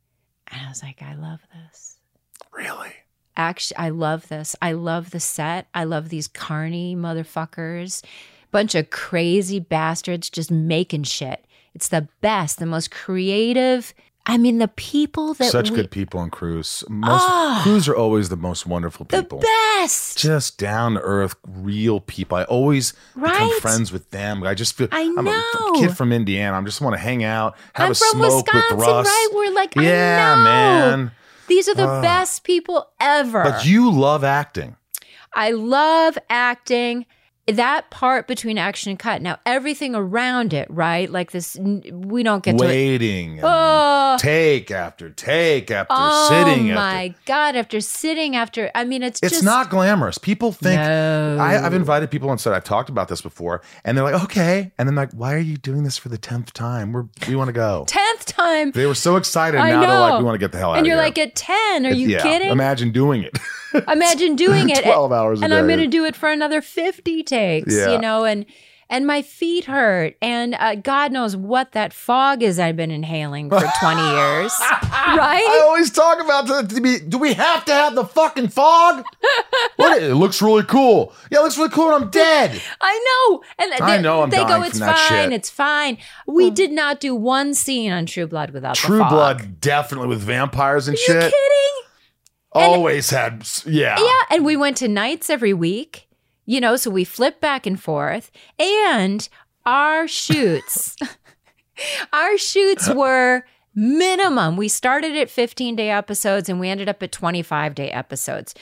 Speaker 3: And I was like, I love this
Speaker 1: Really?
Speaker 3: actually i love this i love the set i love these carny motherfuckers bunch of crazy bastards just making shit it's the best the most creative i mean the people that
Speaker 1: Such
Speaker 3: we,
Speaker 1: good people on cruise. Most
Speaker 3: Ah.
Speaker 1: crews are always the most wonderful
Speaker 3: the
Speaker 1: people.
Speaker 3: best
Speaker 1: Just down to earth, real people. I always become
Speaker 3: Right?
Speaker 1: friends with them. I just feel
Speaker 3: I
Speaker 1: am
Speaker 3: know.
Speaker 1: a kid from Indiana. I just want to hang out, have
Speaker 3: i'm
Speaker 1: a
Speaker 3: from
Speaker 1: smoke
Speaker 3: wisconsin
Speaker 1: with Russ.
Speaker 3: right we're like
Speaker 1: yeah,
Speaker 3: I know.
Speaker 1: man.
Speaker 3: these are the
Speaker 1: Ah.
Speaker 3: best people ever
Speaker 1: But you love acting.
Speaker 3: I love acting. That part between action and cut. Now everything around it, right? Like this, we don't get to. it.
Speaker 1: waiting. and
Speaker 3: Oh,
Speaker 1: Take after take after
Speaker 3: oh
Speaker 1: sitting
Speaker 3: my
Speaker 1: after.
Speaker 3: god! After sitting, after I mean, it's
Speaker 1: It's
Speaker 3: just
Speaker 1: not glamorous. People think
Speaker 3: No.
Speaker 1: I, I've invited people and said I've talked about this before, and they're like, "Okay," and then like, "Why are you doing this for the tenth time? We're we want to go."
Speaker 3: tenth time.
Speaker 1: They were so excited.
Speaker 3: I
Speaker 1: now they're
Speaker 3: know.
Speaker 1: like, "We want to get the hell out." of
Speaker 3: And you're
Speaker 1: here.
Speaker 3: like at ten. Are you
Speaker 1: Yeah,
Speaker 3: kidding?
Speaker 1: Imagine doing it.
Speaker 3: Imagine doing it.
Speaker 1: 12 hours a
Speaker 3: And I'm
Speaker 1: day.
Speaker 3: going to do it for another 50 takes,
Speaker 1: Yeah.
Speaker 3: you know, and and my feet hurt and uh, God knows what that fog is I've been inhaling for 20 years.
Speaker 1: I
Speaker 3: right?
Speaker 1: always talk about the, to be, do we have to have the fucking fog? what, it looks really cool. Yeah, it looks really cool, and I'm dead.
Speaker 3: I know. And they,
Speaker 1: I know I'm
Speaker 3: they go
Speaker 1: dying
Speaker 3: it's
Speaker 1: from that
Speaker 3: fine,
Speaker 1: shit."
Speaker 3: it's fine. We did not do one scene on True Blood without the
Speaker 1: True
Speaker 3: fog.
Speaker 1: Blood definitely with vampires and
Speaker 3: Are you
Speaker 1: shit.
Speaker 3: kidding?
Speaker 1: Always had, yeah.
Speaker 3: Yeah, and we went to nights every week. you know, so we flip back and forth. And our shoots, our shoots were minimum. We started at 15 day episodes and we ended up at 25 day episodes.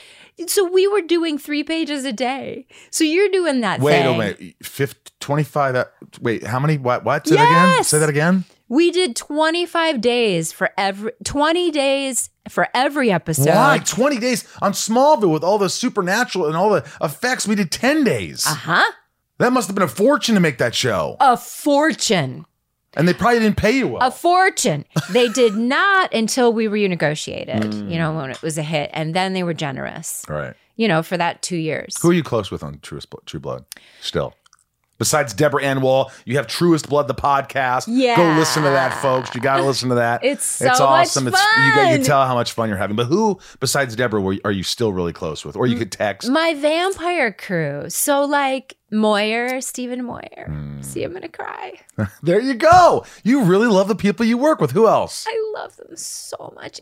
Speaker 3: So we were doing three pages a day. So you're doing that
Speaker 1: Wait,
Speaker 3: thing.
Speaker 1: oh, wait. Fifth, 25. uh, Wait, how many? What? what? Say that again?
Speaker 3: Yes!
Speaker 1: Say that again?
Speaker 3: We did 25 days for every 20 days for every episode.
Speaker 1: Why? 20 days on Smallville with all the supernatural and all the effects. We did 10 days.
Speaker 3: Huh?
Speaker 1: That must have been a fortune to make that show.
Speaker 3: Uh-huh. A fortune.
Speaker 1: and they probably didn't pay you well.
Speaker 3: A fortune. They did not until we renegotiated,
Speaker 1: Mm.
Speaker 3: you know, when it was a hit. And then they were generous,
Speaker 1: all right.
Speaker 3: you know, for that two years.
Speaker 1: Who are you close with on Truest Blo- True Blood still? Besides Deborah Ann Wall, you have Truest Blood, the podcast. Go
Speaker 3: Yeah.
Speaker 1: listen to that, folks. You got to listen to that.
Speaker 3: It's
Speaker 1: it's
Speaker 3: so much
Speaker 1: awesome. It's you got you
Speaker 3: fun.
Speaker 1: tell how much fun you're having. But who besides Deborah were, are you still really close with? Or you could text.
Speaker 3: My vampire crew. So, like Moyer, Stephen Moyer.
Speaker 1: Hmm.
Speaker 3: See, I'm going to cry.
Speaker 1: There you go. You really love the people you work with. Who else?
Speaker 3: I love them so much.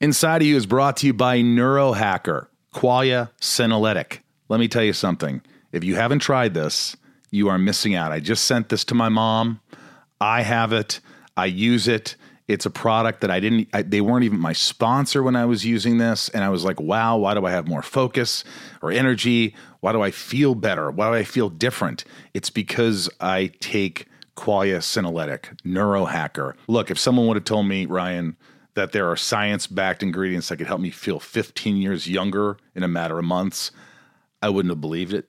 Speaker 1: Inside of You is brought to you by Neurohacker, Qualia Senolytic. Let me tell you something. If you haven't tried this, you are missing out. I just sent this to my mom. I have it. I use it. It's a product that I didn't, I, they weren't even my sponsor when I was using this. And I was like, wow, why do I have more focus or energy? Why do I feel better? Why do I feel different? It's because I take Qualia Synolytic, Neurohacker. Look, if someone would have told me, Ryan, that there are science backed ingredients that could help me feel 15 years younger in a matter of months, I wouldn't have believed it.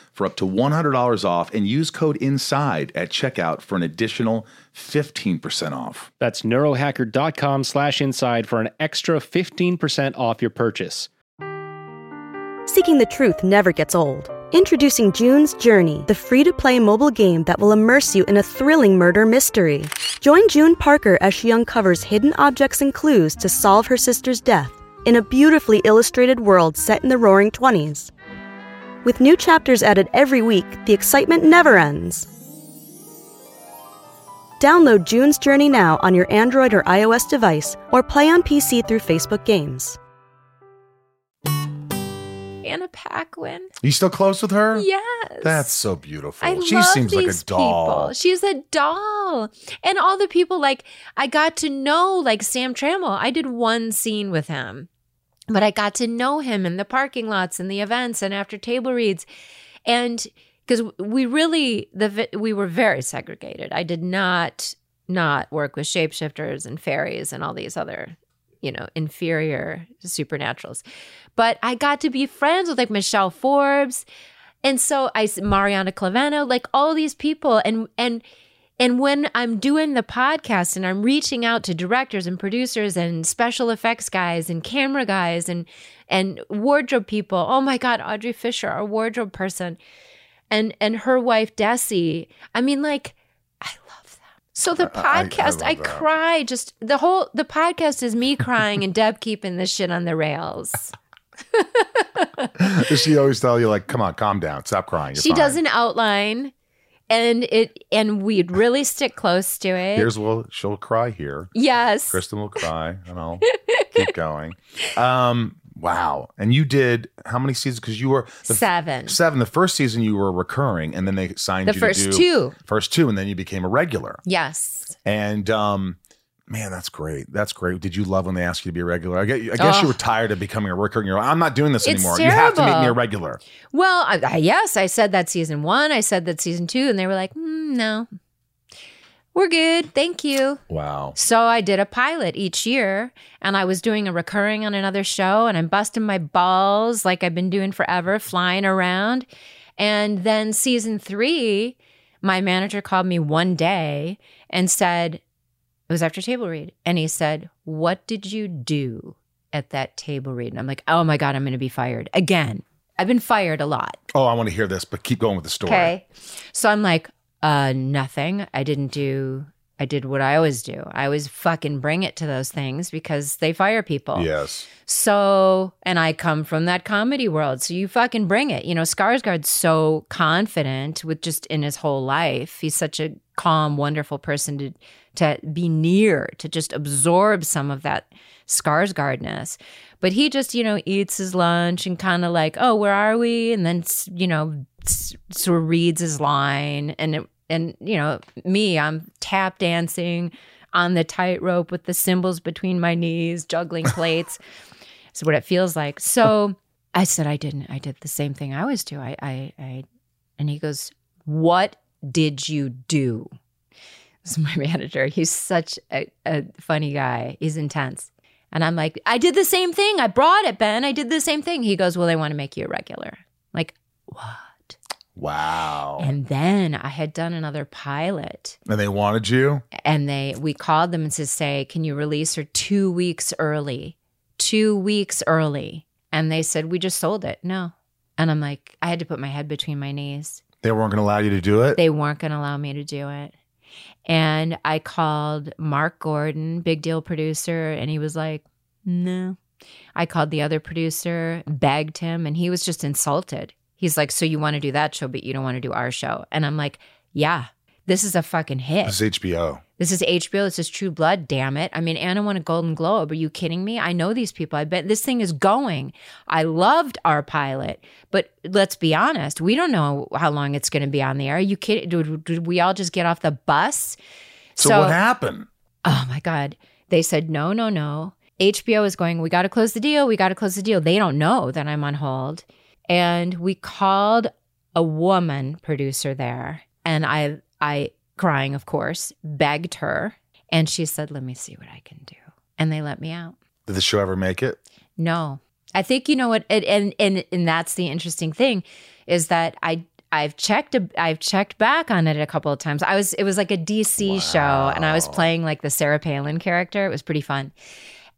Speaker 1: for up to $100 off and use code inside at checkout for an additional 15% off
Speaker 2: That's neurohacker.com slash inside for an extra 15% off your purchase.
Speaker 4: Seeking the truth never gets old. Introducing June's Journey, the free to play mobile game that will immerse you in a thrilling murder mystery. Join June Parker as she uncovers hidden objects and clues to solve her sister's death in a beautifully illustrated world set in the roaring 20s. With new chapters added every week, the excitement never ends. Download June's Journey now on your Android or iOS device or play on PC through Facebook Games.
Speaker 3: Anna Paquin.
Speaker 1: You still close with her?
Speaker 3: Yes.
Speaker 1: That's so beautiful.
Speaker 3: I
Speaker 1: she
Speaker 3: love
Speaker 1: seems like
Speaker 3: these
Speaker 1: a doll.
Speaker 3: People. She's a doll. And all the people like I got to know like Sam Trammell. I did one scene with him. But I got to know him in the parking lots and the events and after table reads. And because we really the vi- we were very segregated. I did not not work with shapeshifters and fairies and all these other you know inferior supernaturals but i got to be friends with like michelle forbes and so I s- Mariana Clavano, like all these people, and and and when I'm doing the podcast and I'm reaching out to directors and producers and special effects guys and camera guys and and wardrobe people, oh my God, Audrey Fisher, our wardrobe person, and and her wife Desi. I mean, like I love them. So the
Speaker 1: I- I
Speaker 3: podcast, I,
Speaker 1: love that.
Speaker 3: cry just the whole the podcast is me crying and Deb keeping this shit on the rails.
Speaker 1: Does she always tell you like, "Come on, calm down, stop crying"? You're
Speaker 3: she
Speaker 1: fine.
Speaker 3: does an outline and it and we'd really stick close to it.
Speaker 1: Here's well, she'll cry here.
Speaker 3: yes.
Speaker 1: Kristen will cry, and I'll keep going. Um, wow! And you did how many seasons? Because you were the f-
Speaker 3: seven.
Speaker 1: seven. The first season you were recurring, and then they signed
Speaker 3: The
Speaker 1: you
Speaker 3: first
Speaker 1: to do
Speaker 3: two.
Speaker 1: first two, and then you became a regular.
Speaker 3: Yes.
Speaker 1: And um, man, that's great. That's great. Did you love when they asked you to be a regular? I guess, I guess you
Speaker 3: Oh.
Speaker 1: were tired of becoming a recurring. You're like, I'm not doing this
Speaker 3: It's
Speaker 1: anymore. You have to make me a
Speaker 3: terrible.
Speaker 1: regular.
Speaker 3: Well, I, I, yes, I said that season one. I said that season two, and they were like, mm, "No, we're good, thank you."
Speaker 1: Wow.
Speaker 3: So I did a pilot each year, and I was doing a recurring on another show, and I'm busting my balls like I've been doing forever, flying around. And then season three, my manager called me one day and said, It was after table read. And he said, What did you do at that table read? And I'm like, Oh my God, I'm going to be fired again. I've been fired a lot.
Speaker 1: Oh, I want to hear this, but keep going with the story.
Speaker 3: Okay. So I'm like, uh, nothing. I didn't do, I did what I always do. I always fucking bring it to those things because they fire people.
Speaker 1: Yes.
Speaker 3: So, and I come from that comedy world. So you fucking bring it. You know, Skarsgård's so confident with just in his whole life. He's such a calm, wonderful person to to be near, to just absorb some of that Skarsgårdness. But he just, you know, eats his lunch and kind of like, oh, where are we? And then, s- you know, s- sort of reads his line. And, it, and you know, me, I'm tap dancing on the tightrope with the cymbals between my knees, juggling plates. is what it feels like. So I said, I didn't. I did the same thing I always do. I, I, I, and he goes, What did you do? This is my manager. He's such a, a funny guy. He's intense. And I'm like, I did the same thing. I brought it, Ben. I did the same thing. He goes, Well, they want to make you a regular. Like, what?
Speaker 1: Wow. And,
Speaker 3: And then I had done another pilot
Speaker 1: they wanted you.
Speaker 3: and they we called them and to say can you release her two weeks early two weeks early and they said we just sold it no and i'm like i had to put my head between my knees
Speaker 1: They weren't going to allow you to do it.
Speaker 3: they weren't going to allow me to do it and i called mark gordon big deal producer and he was like no i called the other producer begged him and he was just insulted he's like so you want to do that show but you don't want to do our show and i'm like yeah this is a fucking hit
Speaker 1: It's HBO.
Speaker 3: this is HBO. This is True Blood. Damn it! I mean, Anna won a Golden Globe. Are you kidding me? I know these people. I bet this thing is going. I loved our pilot, but let's be honest. We don't know how long it's going to be on the air. Are you kidding? Did, did we all just get off the bus?
Speaker 1: So, what happened?
Speaker 3: oh my god they said no no no hbo is going we got to close the deal we got to close the deal they don't know that i'm on hold and we called a woman producer there and i i crying of course begged her and she said let me see what i can do and they let me out
Speaker 1: Did the show ever make it?
Speaker 3: no. I think you know what and and and, and that's the interesting thing is that I I've checked a, I've checked back on it a couple of times. I was it was like a DC show and I was playing like the Sarah Palin character. It was pretty fun.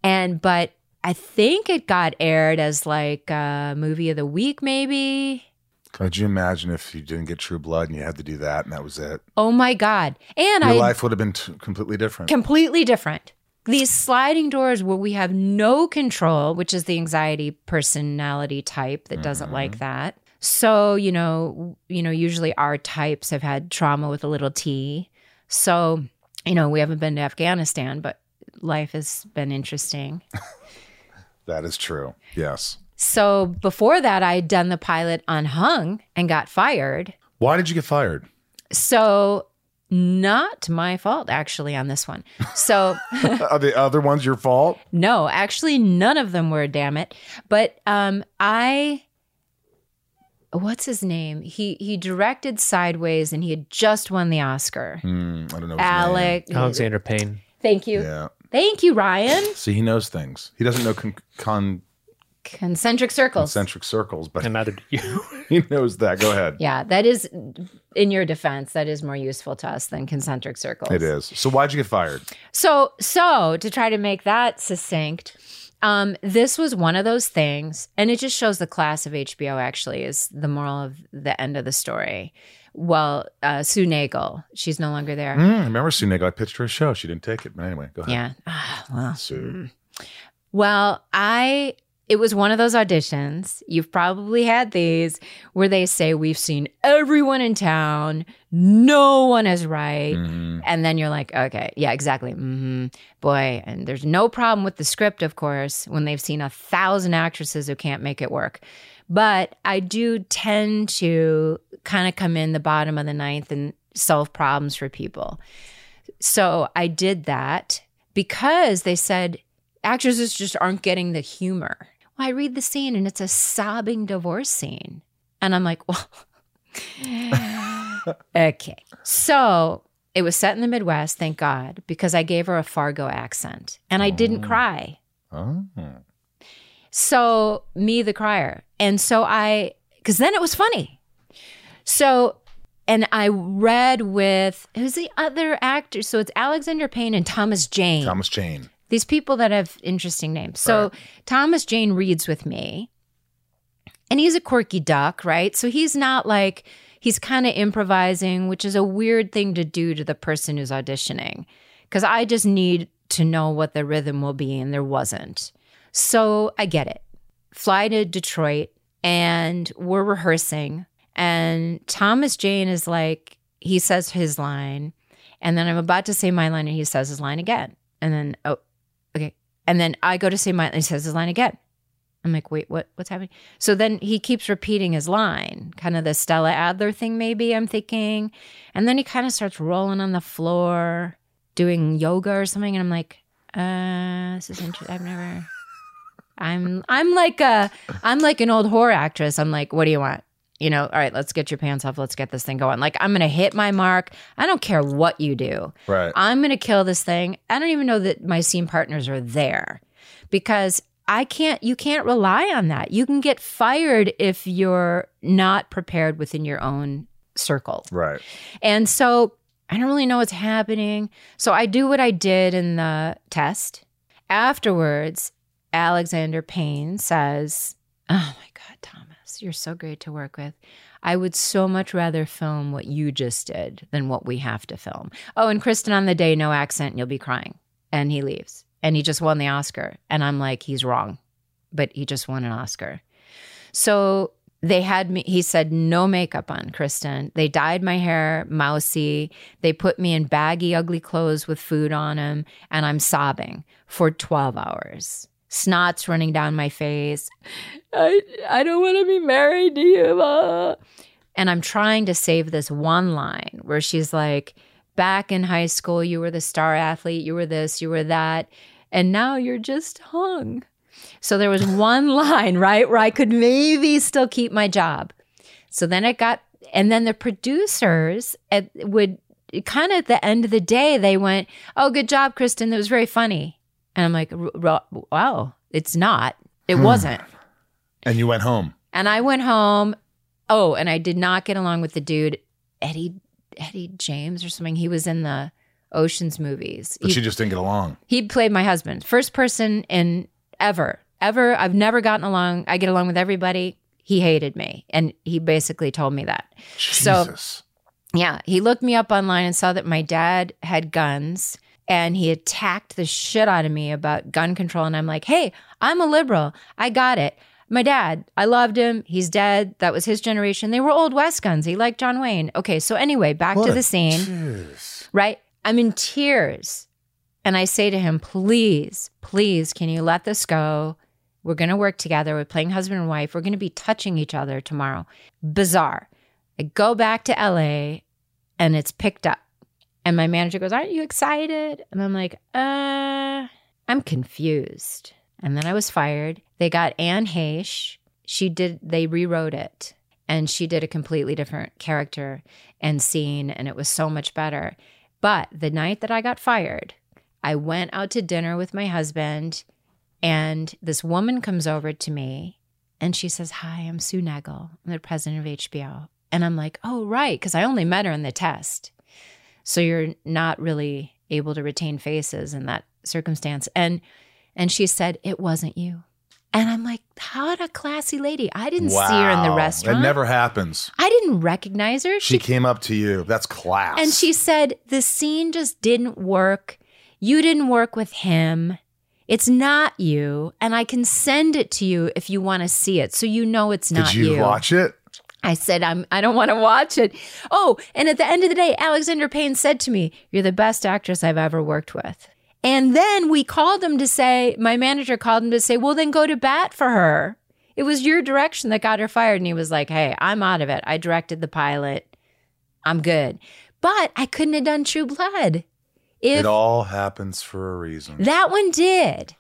Speaker 3: And but I think it got aired as like a movie of the week maybe.
Speaker 1: Could you imagine if you didn't get True Blood and you had to do that and that was it?
Speaker 3: Oh my god. And
Speaker 1: Your
Speaker 3: I
Speaker 1: life would have been t- completely different.
Speaker 3: completely different. These sliding doors where we have no control, which is the anxiety personality type that doesn't like that. So, you know, you know, usually our types have had trauma with a little T. So, you know, we haven't been to Afghanistan, but life has been interesting.
Speaker 1: that is true. Yes.
Speaker 3: So, before that, I had done the pilot on Hung and got fired.
Speaker 1: Why did you get fired?
Speaker 3: So, not my fault actually on this one. So,
Speaker 1: Are the other ones your fault?
Speaker 3: No, actually, none of them were. Damn it! But um, I, what's his name? He he directed Sideways, and he had just won the Oscar.
Speaker 1: Hmm, I don't know. his name.
Speaker 3: Alec,
Speaker 5: Alexander Payne.
Speaker 3: thank you,
Speaker 1: Yeah.
Speaker 3: thank you, Ryan.
Speaker 1: See, he knows things. He doesn't know con- con-
Speaker 3: Concentric circles.
Speaker 1: concentric circles, but
Speaker 5: And neither do you.
Speaker 1: he knows that. Go ahead.
Speaker 3: yeah, that is, in your defense, that is more useful to us than concentric circles.
Speaker 1: It is. So why'd you get fired?
Speaker 3: So, so to try to make that succinct, um, this was one of those things, and it just shows the class of HBO actually is the moral of the end of the story, well, uh, Sue Nagel, she's no longer there.
Speaker 1: Mm, I remember Sue Nagel. I pitched her a show. She didn't take it. But anyway, go ahead.
Speaker 3: Yeah. Ah, well,
Speaker 1: Sue.
Speaker 3: Well, I it was one of those auditions. You've probably had these where they say we've seen everyone in town, no one is right.
Speaker 1: Mhm.
Speaker 3: And then you're like, okay, yeah, exactly. hmm Boy, and there's no problem with the script, of course, when they've seen a thousand actresses who can't make it work. But I do tend to kind of come in the bottom of the ninth and solve problems for people. So I did that because they said actresses just aren't getting the humor. Well, I read the scene and it's a sobbing divorce scene. And I'm like, well, okay. So it was set in the Midwest, thank God, because I gave her a Fargo accent and I didn't cry.
Speaker 1: Oh.
Speaker 3: So me, the crier. And so I, because then it was funny. So, and I read with who's the other actor? So it's Alexander Payne and Thomas Jane
Speaker 1: Thomas Jane.
Speaker 3: these people that have interesting names. So Thomas Jane reads with me, and he's a quirky duck, right? So he's not like he's kind of improvising, which is a weird thing to do to the person who's auditioning, because I just need to know what the rhythm will be, and there wasn't. So I get it. Fly to Detroit, and we're rehearsing, and Thomas Jane is like he says his line, and then I'm about to say my line, and he says his line again. And then, oh, okay. And then I go to say my, and he says his line again. I'm like, wait, what? What's happening? So then he keeps repeating his line, kind of the Stella Adler thing, maybe I'm thinking. And then he kind of starts rolling on the floor, doing yoga or something. And I'm like, uh, this is interesting. I've never. I'm I'm like a I'm like an old horror actress. I'm like, what do you want? You know, all right, let's get your pants off. Let's get this thing going. Like, I'm gonna hit my mark. I don't care what you do.
Speaker 1: Right.
Speaker 3: I'm going to kill this thing. I don't even know that my scene partners are there because I can't, you can't rely on that. You can get fired if you're not prepared within your own circle.
Speaker 1: right.
Speaker 3: And so I don't really know what's happening. So I do what I did in the test. Afterwards, Alexander Payne says, Oh my God, Thomas, you're so great to work with. I would so much rather film what you just did than what we have to film. Oh, and Kristen on the day, no accent, you'll be crying. And he leaves. And he just won the Oscar. And I'm like, he's wrong, but he just won an Oscar. So they had me, he said, no makeup on, Kristen. They dyed my hair mousy. They put me in baggy, ugly clothes with food on them, and I'm sobbing for 12 hours. Snot's running down my face. I, I don't want to be married to you. ah. And I'm trying to save this one line where she's like, back in high school, you were the star athlete, you were this, you were that, and now you're just hung. So there was one line, right, where I could maybe still keep my job. So then it got, and then the producers at, would kind of at the end of the day, they went, Oh, good job, Kristen. That was very funny. And I'm like, "R- r- Wow, it's not. It wasn't.
Speaker 1: And you went home.
Speaker 3: And I went home. Oh, and I did not get along with the dude, Eddie, Eddie James or something. He was in the Oceans movies.
Speaker 1: But
Speaker 3: He-
Speaker 1: she just didn't get along.
Speaker 3: he played my husband. First person in ever, ever. I've never gotten along. I get along with everybody. He hated me. And he basically told me that. So-
Speaker 1: Jesus.
Speaker 3: Yeah. He looked me up online and saw that my dad had guns and he attacked the shit out of me about gun control. And I'm like, hey, I'm a liberal. I got it. My dad, I loved him. He's dead. That was his generation. They were old West guns. He liked John Wayne. Okay. So, anyway, back
Speaker 1: What
Speaker 3: to
Speaker 1: a-
Speaker 3: the scene
Speaker 1: Jeez.
Speaker 3: right? I'm in tears. And I say to him, please, please, can you let this go? We're going to work together. We're playing husband and wife. We're going to be touching each other tomorrow. Bizarre. I go back to LA and it's picked up. And my manager goes, Aren't you excited? And I'm like, Uh, I'm confused. And then I was fired. They got Anne Heche. She did, they rewrote it and she did a completely different character and scene. And it was so much better. But the night that I got fired, I went out to dinner with my husband, and this woman comes over to me and she says, Hi, I'm Sue Nagel. I'm the president of HBO. And I'm like, Oh, right. Cause I only met her in the test. So you're not really able to retain faces in that circumstance. And and she said, It wasn't you. And I'm like, how a classy lady. I didn't see her in the
Speaker 1: Wow.
Speaker 3: restaurant.
Speaker 1: That never happens.
Speaker 3: I didn't recognize her.
Speaker 1: She came up to you. That's class.
Speaker 3: And she said, the scene just didn't work. You didn't work with him. It's not you. And I can send it to you if you want to see it. So you know it's
Speaker 1: did
Speaker 3: not
Speaker 1: you,
Speaker 3: you.
Speaker 1: watch it?
Speaker 3: I said, I'm, I don't want to watch it. Oh, and at the end of the day, Alexander Payne said to me, You're the best actress I've ever worked with. And then we called him to say, my manager called him to say, Well, then go to bat for her. It was your direction that got her fired. And he was like, Hey, I'm out of it. I directed the pilot. I'm good. But I couldn't have done True Blood. If
Speaker 1: it all happens for a reason.
Speaker 3: that one did.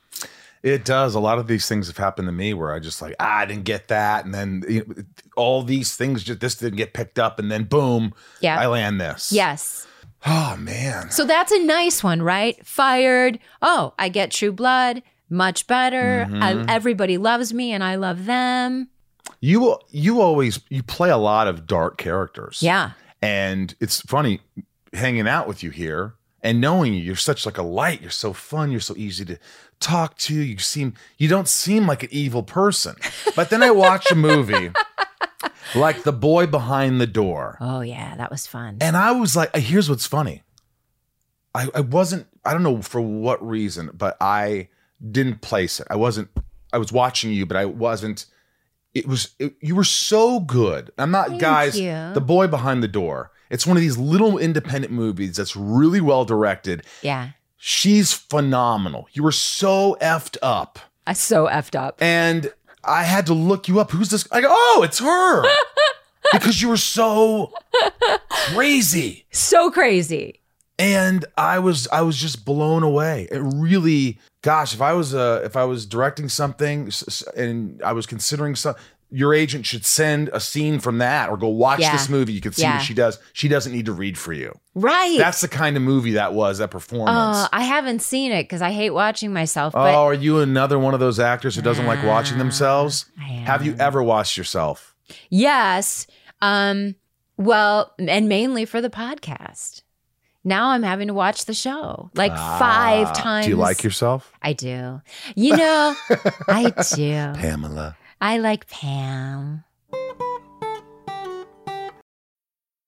Speaker 1: It does. A lot of these things have happened to me where I just like, ah, I didn't get that. And then you know, all these things, just this didn't get picked up. And then boom,
Speaker 3: Yeah.
Speaker 1: I land this.
Speaker 3: yes.
Speaker 1: Oh, man.
Speaker 3: So that's a nice one, right? Fired. Oh, I get True Blood. Much better.
Speaker 1: Mm-hmm.
Speaker 3: I, everybody loves me and I love them.
Speaker 1: You you always you play a lot of dark characters.
Speaker 3: Yeah.
Speaker 1: And it's funny hanging out with you here and knowing you. You're such like a light. You're so fun. You're so easy to talk to. You seem you don't seem like an evil person. But then I watch a movie like The Boy Behind the Door.
Speaker 3: Oh, yeah. That was fun.
Speaker 1: And I was like, uh, here's what's funny. I, I wasn't, I don't know for what reason, but I didn't place it. I wasn't, I was watching you, but I wasn't, it was, it, you were so good. I'm not,
Speaker 3: Thank
Speaker 1: guys,
Speaker 3: you.
Speaker 1: the boy behind the door. It's one of these little independent movies that's really well directed.
Speaker 3: yeah.
Speaker 1: She's phenomenal. You were so effed up.
Speaker 3: I so effed up.
Speaker 1: And I had to look you up. Who's this? I go, oh, it's her. because you were so crazy
Speaker 3: so crazy.
Speaker 1: and i was i was just blown away it really gosh if i was uh if i was directing something s- s- and i was considering some your agent should send a scene from that or go watch
Speaker 3: Yeah.
Speaker 1: this movie you can see
Speaker 3: Yeah.
Speaker 1: what she does she doesn't need to read for you
Speaker 3: Right.
Speaker 1: that's the kind of movie that was that performance
Speaker 3: Uh, I haven't seen it because I hate watching myself. But
Speaker 1: oh are you another one of those actors who doesn't like watching themselves
Speaker 3: I
Speaker 1: have you
Speaker 3: am.
Speaker 1: ever watched yourself
Speaker 3: Yes. Um, well, and mainly for the podcast. Now I'm having to watch the show like
Speaker 1: Ah,
Speaker 3: five times.
Speaker 1: do you like yourself
Speaker 3: I do. You know, I do.
Speaker 1: pamela
Speaker 3: I like Pam.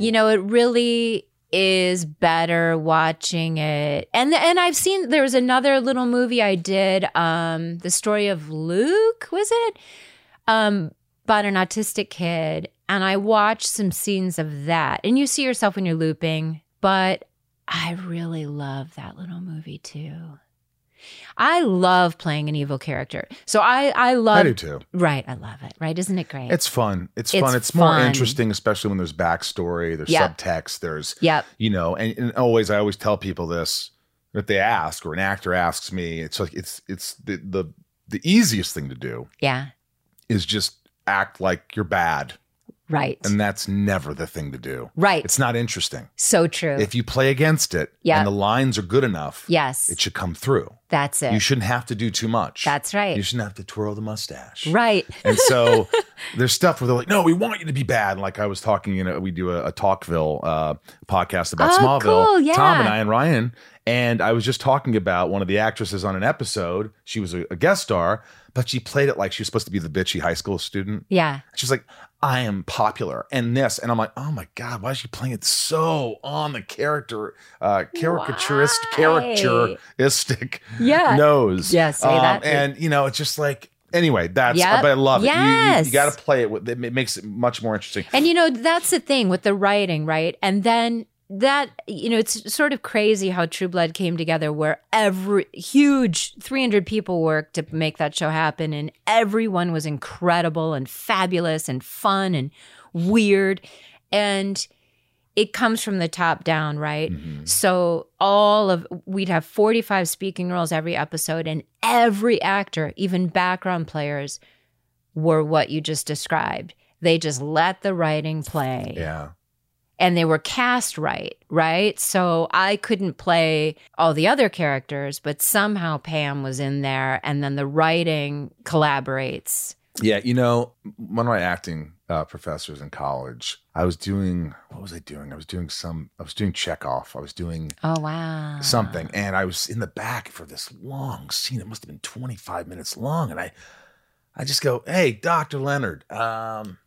Speaker 3: You know, it really is better watching it. And and I've seen there was another little movie I did, um, the story of Luke, was it? Um, about an autistic kid. And I watched some scenes of that. And you see yourself when you're looping, but I really love that little movie too. I love playing an evil character. So I I love
Speaker 1: i do too
Speaker 3: Right, I love it. Right, isn't it great?
Speaker 1: It's fun. It's,
Speaker 3: It's
Speaker 1: fun. It's more
Speaker 3: fun.
Speaker 1: interesting, especially when there's backstory, there's
Speaker 3: Yeah.
Speaker 1: subtext, there's
Speaker 3: Yep.
Speaker 1: you know, and, and always I always tell people this if they ask or an actor asks me, it's like it's it's the the the easiest thing to do
Speaker 3: Yeah.
Speaker 1: is just act like you're bad,
Speaker 3: Right.
Speaker 1: and that's never the thing to do.
Speaker 3: right.
Speaker 1: It's not interesting.
Speaker 3: so true.
Speaker 1: If you play against it,
Speaker 3: Yeah.
Speaker 1: and the lines are good enough,
Speaker 3: yes.
Speaker 1: it should come through.
Speaker 3: that's it.
Speaker 1: You shouldn't have to do too much.
Speaker 3: That's right.
Speaker 1: You shouldn't have to twirl the mustache.
Speaker 3: right.
Speaker 1: And so there's stuff where they're like, no, we want you to be bad. And like I was talking, you know, we do a, a Talkville uh, podcast about
Speaker 3: Oh,
Speaker 1: Smallville.
Speaker 3: cool, yeah.
Speaker 1: Tom and I and Ryan. And I was just talking about one of the actresses on an episode. She was a, a guest star, but she played it like she was supposed to be the bitchy high school student.
Speaker 3: Yeah.
Speaker 1: She's like, I am popular and this. And I'm like, oh my God, why is she playing it so on the character, uh, caricaturist,
Speaker 3: Why?
Speaker 1: caricaturistic
Speaker 3: Yeah.
Speaker 1: nose? Um,
Speaker 3: Yeah, say that.
Speaker 1: And, you know, it's just like, anyway, that's,
Speaker 3: Yep.
Speaker 1: but I love it. You- You, you,
Speaker 3: Yes.
Speaker 1: got to play it with, it makes it much more interesting.
Speaker 3: And you know, that's the thing with the writing, right? And then that you know, it's sort of crazy how True Blood came together where every huge 300 people worked to make that show happen and everyone was incredible and fabulous and fun and weird and it comes from the top down, right?
Speaker 1: Mm-hmm.
Speaker 3: So all of we'd have 45 speaking roles every episode and every actor, even background players were what you just described. They just let the writing play
Speaker 1: Yeah.
Speaker 3: and they were cast right, right? So I couldn't play all the other characters, but somehow Pam was in there and then the writing collaborates.
Speaker 1: Yeah, you know, one of my acting uh, professors in college, I was doing what was I doing? I was doing some, I was doing Chekhov, I was doing
Speaker 3: Oh wow.
Speaker 1: something, and I was in the back for this long scene. It must have been twenty five minutes long, and I, I just go, "Hey, Doctor Leonard, um,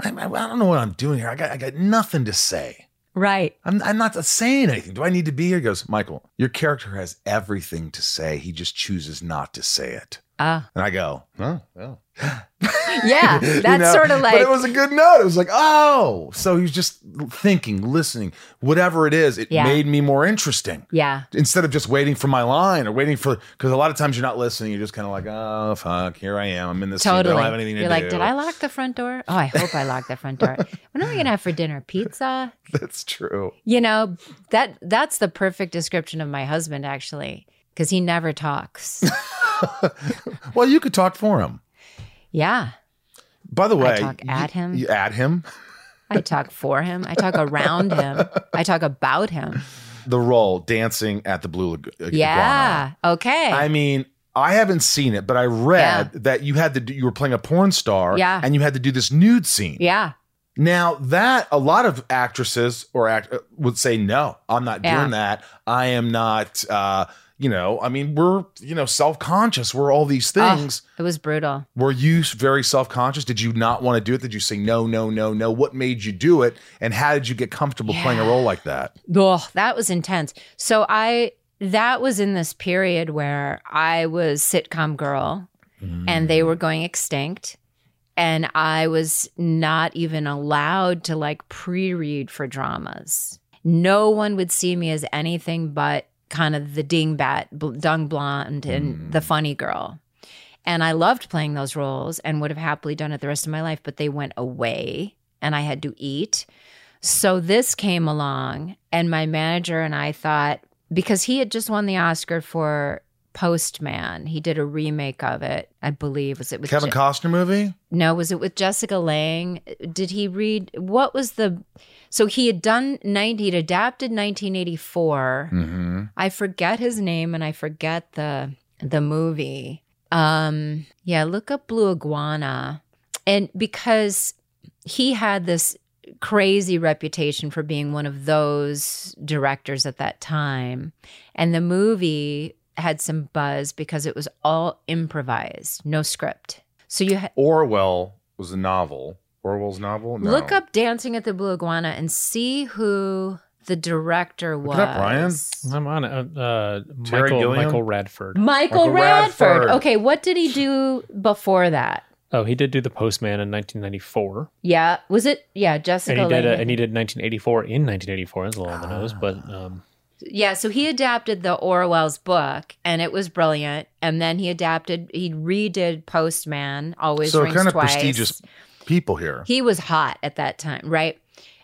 Speaker 1: I, I don't know what I'm doing here. I got, I got nothing to say."
Speaker 3: Right.
Speaker 1: I'm, I'm not saying anything. Do I need to be here? He goes, Michael, your character has everything to say. He just chooses not to say it.
Speaker 3: Ah.
Speaker 1: And I go, oh, well.
Speaker 3: Yeah,
Speaker 1: You
Speaker 3: that's
Speaker 1: know?
Speaker 3: sort of like
Speaker 1: But it was a good note. It was like, oh. So he was just thinking, listening, whatever it is, it
Speaker 3: Yeah.
Speaker 1: made me more interesting.
Speaker 3: Yeah.
Speaker 1: Instead of just waiting for my line or waiting for, because a lot of times you're not listening. You're just kind of like, oh, fuck, here I am. I'm in this scene, but
Speaker 3: Totally.
Speaker 1: I don't have anything to
Speaker 3: You're
Speaker 1: do.
Speaker 3: like, did I lock the front door? Oh, I hope I locked the front door. What am I gonna have for dinner? Pizza?
Speaker 1: That's true.
Speaker 3: You know, that that's the perfect description of my husband actually, because he never talks.
Speaker 1: Well, you could talk for him.
Speaker 3: yeah.
Speaker 1: By the way,
Speaker 3: talk at
Speaker 1: you-
Speaker 3: him.
Speaker 1: You at him.
Speaker 3: I talk for him. I talk around him. I talk about him.
Speaker 1: the role dancing at the blue Lago- Iguana.
Speaker 3: Yeah. Okay.
Speaker 1: i mean i haven't seen it but i read that you had to do, you were playing a porn star
Speaker 3: Yeah.
Speaker 1: and you had to do this nude scene
Speaker 3: yeah.
Speaker 1: now that a lot of actresses or act uh, would say no i'm not
Speaker 3: Yeah.
Speaker 1: doing that i am not uh you know i mean we're you know self-conscious we're all these things
Speaker 3: It was brutal.
Speaker 1: were you very self-conscious did you not want to do it did you say no no no no what made you do it and how did you get comfortable playing a role like that
Speaker 3: Ugh, that was intense. So I that was in this period where I was sitcom girl
Speaker 1: Mm.
Speaker 3: and they were going extinct and I was not even allowed to like pre-read for dramas. No one would see me as anything but kind of the dingbat, bl- dung blonde and the funny girl. And I loved playing those roles and would have happily done it the rest of my life, but they went away and I had to eat. So this came along, and my manager and I thought because he had just won the Oscar for Postman, he did a remake of it, I believe. Was it with
Speaker 1: kevin
Speaker 3: Je-
Speaker 1: costner movie
Speaker 3: no, was it with Jessica Lang? Did he read what was the so he had done 90 he'd adapted 1984.
Speaker 1: mm-hmm
Speaker 3: I forget his name and I forget the the movie. Um yeah, look up Blue Iguana. And because he had this crazy reputation for being one of those directors at that time and the movie had some buzz because it was all improvised, no script. So you ha-
Speaker 1: Orwell was a novel. Orwell's novel. No.
Speaker 3: Look up Dancing at the Blue Iguana and see who the director was.
Speaker 1: Look it up, Brian.
Speaker 5: I'm on it. Uh, uh,
Speaker 1: Terry
Speaker 5: Michael,
Speaker 1: Gilliam?
Speaker 5: Michael Radford.
Speaker 3: Michael,
Speaker 1: Michael
Speaker 3: Radford.
Speaker 1: Radford.
Speaker 3: Okay, what did he do before that?
Speaker 5: Oh, he did do The Postman in 1994.
Speaker 3: Yeah, was it? Yeah,
Speaker 5: And
Speaker 3: Jessica.
Speaker 5: he, did
Speaker 3: Lange.
Speaker 5: a, and he did 1984 in 1984. That's a little on the nose, but um,
Speaker 3: yeah, so he adapted the Orwell's book, and it was brilliant. And then he adapted, he redid Postman, always
Speaker 1: So
Speaker 3: rings
Speaker 1: kind of
Speaker 3: twice.
Speaker 1: prestigious people here.
Speaker 3: He was hot at that time, right?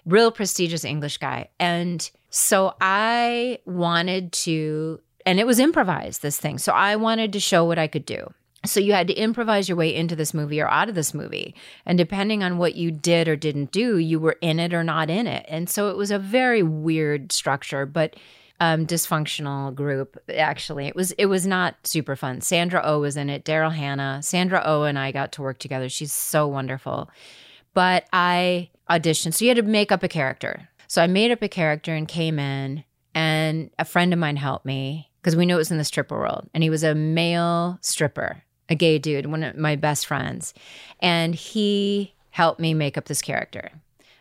Speaker 3: Real prestigious English guy. And so I wanted to, and it was improvised, this thing. So I wanted to show what I could do. So you had to improvise your way into this movie or out of this movie. And depending on what you did or didn't do, you were in it or not in it. And so it was a very weird structure, but um, dysfunctional group actually it was it was not super fun sandra o oh was in it daryl hannah sandra o oh and i got to work together she's so wonderful but I auditioned. So you had to make up a character. So I made up a character and came in and a friend of mine helped me because we knew it was in the stripper world and he was a male stripper a gay dude one of my best friends and he helped me make up this character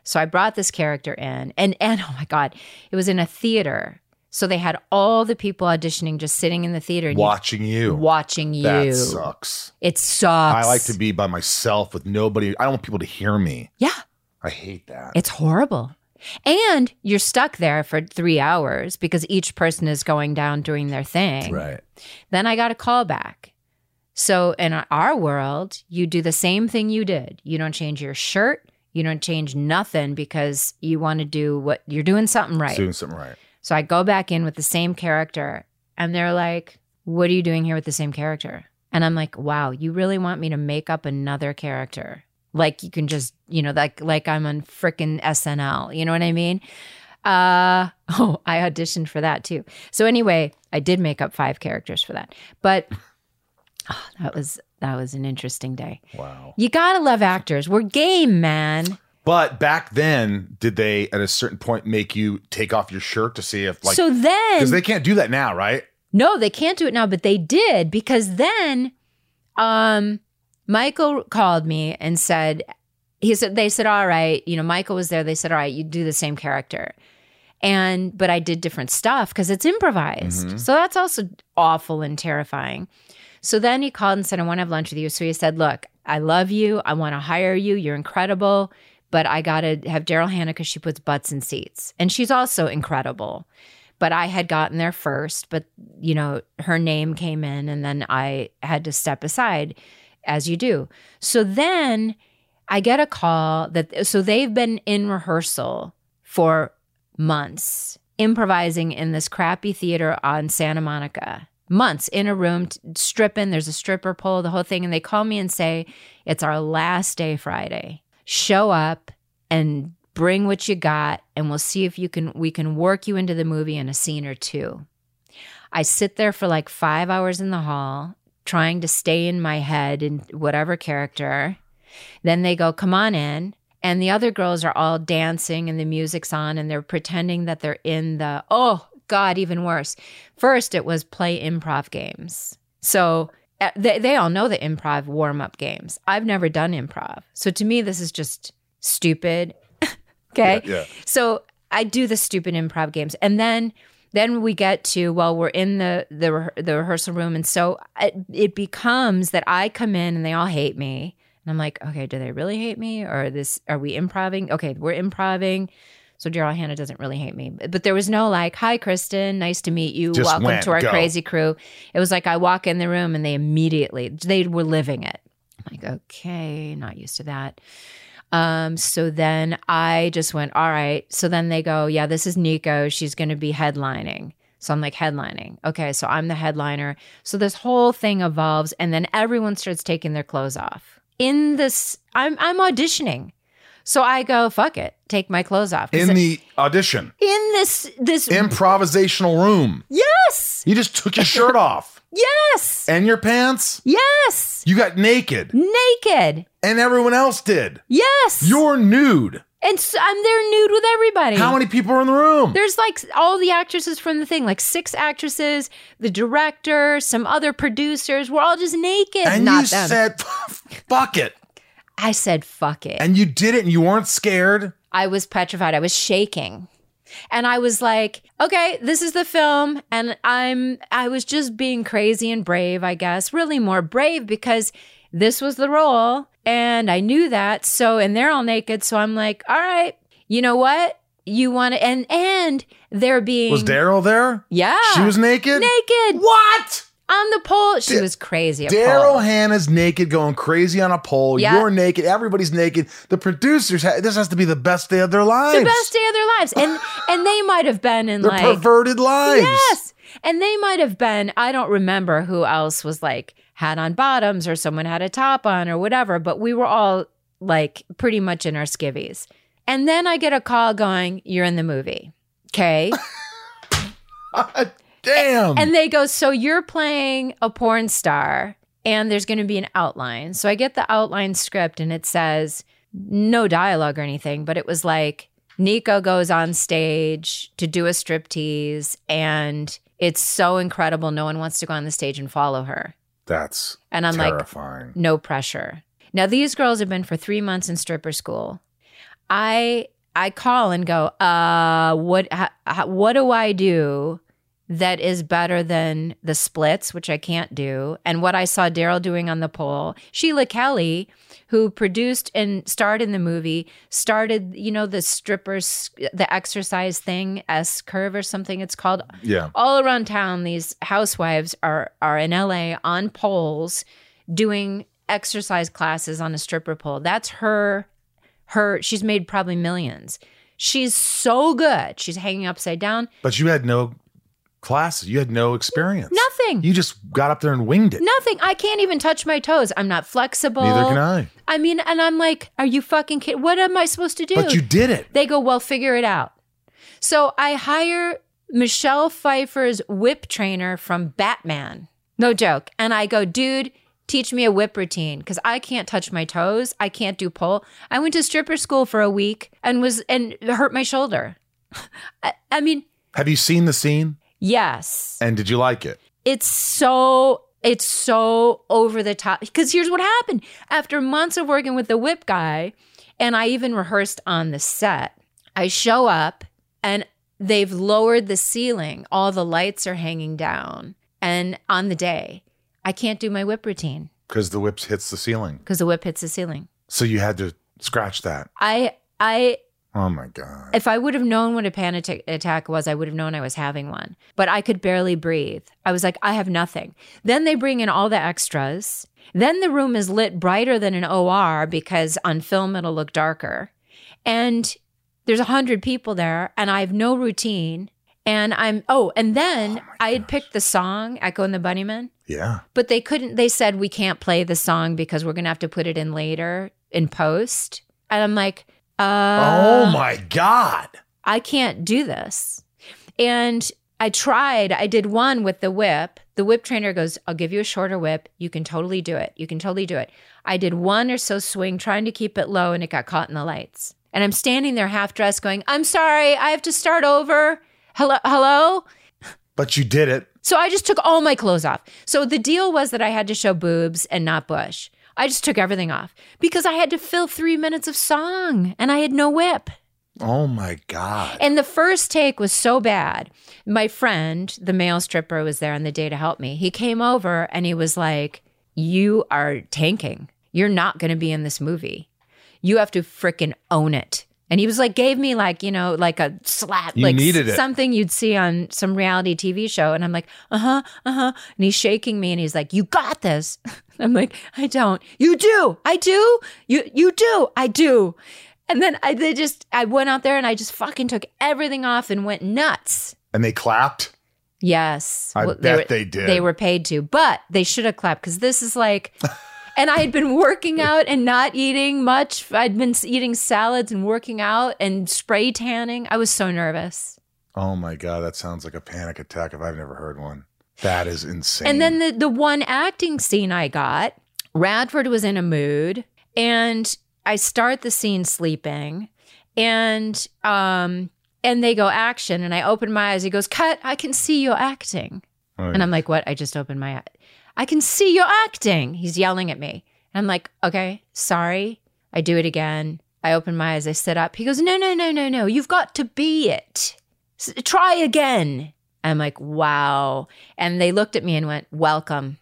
Speaker 3: so i brought this character in and and oh my god it was in a theater so they had all the people auditioning just sitting in the theater and you-
Speaker 1: Watching you.
Speaker 3: watching you
Speaker 1: That sucks.
Speaker 3: it sucks
Speaker 1: I like to be by myself with nobody. I don't want people to hear me.
Speaker 3: yeah
Speaker 1: I hate that.
Speaker 3: It's horrible. And you're stuck there for three hours because each person is going down doing their thing.
Speaker 1: right.
Speaker 3: Then I got a call back. So in our world, you do the same thing you did. You don't change your shirt. You don't change nothing because you want to do what you're doing something right.
Speaker 1: It's doing something right.
Speaker 3: So I go back in with the same character, and they're like, What are you doing here with the same character? And I'm like, Wow, you really want me to make up another character? Like you can just, you know, like like I'm on frickin' SNL. You know what I mean? Uh oh, I auditioned for that too. So anyway, I did make up five characters for that. But oh, that was that was an interesting day.
Speaker 1: Wow.
Speaker 3: You gotta love actors. We're game, man.
Speaker 1: But back then, did they at a certain point make you take off your shirt to see if like
Speaker 3: so then
Speaker 1: because they can't do that now, right?
Speaker 3: No, they can't do it now, but they did because then um Michael called me and said he said they said all right, you know, Michael was there. They said all right, you do the same character. And but I did different stuff cuz it's improvised. So that's also awful and terrifying. So then he called and said I want to have lunch with you. So he said, "Look, I love you. I want to hire you. You're incredible." But I gotta have Daryl Hannah because she puts butts in seats. And she's also incredible but I had gotten there first. But, you know, her name came in and then I had to step aside as you do. So then I get a call that, so they've been in rehearsal for months, improvising in this crappy theater on Santa Monica. Months in a room, t- stripping. There's a stripper pole, the whole thing. And they call me and say, It's our last day Friday. Show up and bring what you got and we'll see if you can we can work you into the movie in a scene or two i sit there for like five hours in the hall trying to stay in my head in whatever character then they go come on in and the other girls are all dancing and the music's on and they're pretending that they're in the oh god even worse first it was play improv games so uh, they, they all know the improv warm-up games i've never done improv so to me this is just stupid okay
Speaker 1: Yeah.
Speaker 3: so I do the stupid improv games, and then then we get to well, we're in the the rehe- the rehearsal room, and so it, it becomes that I come in and they all hate me, and I'm like, okay, do they really hate me, or this are we improving? Okay, we're improving. So Daryl Hannah doesn't really hate me, but but there was no like, "Hi, Kristen, nice to meet you.
Speaker 1: Just
Speaker 3: Welcome
Speaker 1: went,
Speaker 3: to our
Speaker 1: go."
Speaker 3: crazy crew." It was like I walk in the room and they immediately they were living it. I'm like, okay, not used to that. Um, so then I just went, all right. So then they go, yeah, this is Nico. She's going to be headlining. So I'm like, headlining. Okay. So I'm the headliner. So this whole thing evolves. And then everyone starts taking their clothes off. In this, I'm, I'm auditioning. So I go, fuck it, take my clothes off. 'Cause
Speaker 1: In the audition,
Speaker 3: in this, this,
Speaker 1: improvisational room,
Speaker 3: yes,
Speaker 1: you just took your shirt off
Speaker 3: yes,
Speaker 1: and your pants.
Speaker 3: yes,
Speaker 1: You got naked,
Speaker 3: naked,
Speaker 1: and everyone else did.
Speaker 3: yes.
Speaker 1: You're nude.
Speaker 3: and so I'm there nude with everybody.
Speaker 1: How many people are in the room?
Speaker 3: There's like all the actresses from the thing, like six actresses, the director, some other producers. We're all just naked.
Speaker 1: and
Speaker 3: Not
Speaker 1: you
Speaker 3: them.
Speaker 1: said, "Fuck it,"
Speaker 3: I said, fuck it.
Speaker 1: and you did it, and you weren't scared.
Speaker 3: I was petrified. I was shaking. And I was like, okay, this is the film. And I'm, I was just being crazy and brave, I guess, really more brave because this was the role and I knew that. So, and they're all naked. So I'm like, all right, you know what? You want to, and, and they're being,
Speaker 1: Was Daryl there?
Speaker 3: yeah.
Speaker 1: She was naked.
Speaker 3: naked
Speaker 1: What?
Speaker 3: on the pole. She was crazy. at pole.
Speaker 1: Daryl Hannah's naked, going crazy on a pole.
Speaker 3: Yeah.
Speaker 1: You're naked. Everybody's naked. The producers. Ha- this has to be the best day of their lives.
Speaker 3: the best day of their lives, and and they might have been in
Speaker 1: Their
Speaker 3: like
Speaker 1: perverted lives.
Speaker 3: yes, and they might have been. I don't remember who else was like had on bottoms or someone had a top on or whatever. But we were all like pretty much in our skivvies. And then I get a call going, "You're in the movie." Okay.
Speaker 1: Damn.
Speaker 3: And they go, So you're playing a porn star, and there's going to be an outline. So I get the outline script, and it says no dialogue or anything, but it was like, Nico goes on stage to do a striptease, and it's so incredible. No one wants to go on the stage and follow her.
Speaker 1: That's
Speaker 3: And I'm like,
Speaker 1: terrifying.
Speaker 3: no pressure. Now these girls have been for three months in stripper school. I I call and go, uh, what ha, ha- what do I do that is better than the splits, which I can't do, and what I saw Daryl doing on the pole. Sheila Kelly, who produced and starred in the movie, started you know the strippers the exercise thing S curve or something it's called
Speaker 1: yeah.
Speaker 3: all around town these housewives are are in LA on poles doing exercise classes on a stripper pole. That's her her she's made probably millions. She's so good. She's hanging upside down.
Speaker 1: But you had no classes. You had no experience.
Speaker 3: Nothing.
Speaker 1: You just got up there and winged it.
Speaker 3: Nothing. I can't even touch my toes. I'm not flexible.
Speaker 1: Neither can I.
Speaker 3: I mean, and I'm like, are you fucking kidding? What am I supposed to do?
Speaker 1: But you did it.
Speaker 3: They go, well, figure it out. So I hire Michelle Pfeiffer's whip trainer from Batman. No joke. And I go, dude, teach me a whip routine because I can't touch my toes. I can't do pull. I went to stripper school for a week and was, and hurt my shoulder. I, I mean,
Speaker 1: Have you seen the scene?
Speaker 3: yes
Speaker 1: And did you like it?
Speaker 3: it's so it's so over the top because here's what happened after months of working with the whip guy and i even rehearsed on the set i show up and they've lowered the ceiling all the lights are hanging down and on the day i can't do my whip routine
Speaker 1: Because the whips hits the ceiling.
Speaker 3: because the whip hits the ceiling
Speaker 1: So you had to scratch that.
Speaker 3: i i
Speaker 1: Oh my God.
Speaker 3: if I would have known what a panic atta- attack was, I would have known I was having one. But I could barely breathe. I was like, I have nothing. Then they bring in all the extras. Then the room is lit brighter than an OR because on film it'll look darker. And there's a hundred people there, and I have no routine. And I'm oh, and then I had picked the song "Echo and the Bunnymen,"
Speaker 1: Yeah.
Speaker 3: but they couldn't. They said we can't play the song because we're gonna have to put it in later in post. And I'm like, uh,
Speaker 1: oh my God.
Speaker 3: I can't do this. And I tried, I did one with the whip. The whip trainer goes, I'll give you a shorter whip. You can totally do it. You can totally do it. I did one or so swing trying to keep it low and it got caught in the lights. And I'm standing there half dressed going, I'm sorry, I have to start over. Hello, hello.
Speaker 1: But you did it.
Speaker 3: So I just took all my clothes off. So the deal was that I had to show boobs and not bush. I just took everything off because I had to fill three minutes of song and I had no whip.
Speaker 1: Oh my God.
Speaker 3: And the first take was so bad. My friend, the male stripper, was there on the day to help me. He came over and he was like, You are tanking. You're not going to be in this movie. You have to freaking own it. And he was like, gave me like, you know, like a slap,
Speaker 1: You
Speaker 3: like
Speaker 1: needed it.
Speaker 3: something you'd see on some reality TV show. And I'm like, uh huh, uh huh. And he's shaking me and he's like, you got this. I'm like, I don't. You do. I do. You, you do. I do. And then I they just I went out there and I just fucking took everything off and went nuts.
Speaker 1: And they clapped.
Speaker 3: Yes,
Speaker 1: I bet they did.
Speaker 3: They were paid to, but they should have clapped because this is like. and I had been working out and not eating much. I'd been s- eating salads and working out and spray tanning. I was so nervous.
Speaker 1: Oh my God. That sounds like a panic attack if I've never heard one. That is insane.
Speaker 3: And then the the one acting scene I got, Radford was in a mood, and I start the scene sleeping, and um and they go action, and I open my eyes. He goes, "Cut! I can see you acting," and I'm like, "What? I just opened my eye. I can see you acting." He's yelling at me, and I'm like, "Okay, sorry." I do it again. I open my eyes. I sit up. He goes, "No, no, no, no, no! You've got to be it." S- try again. I'm like, wow. And they looked at me and went, welcome.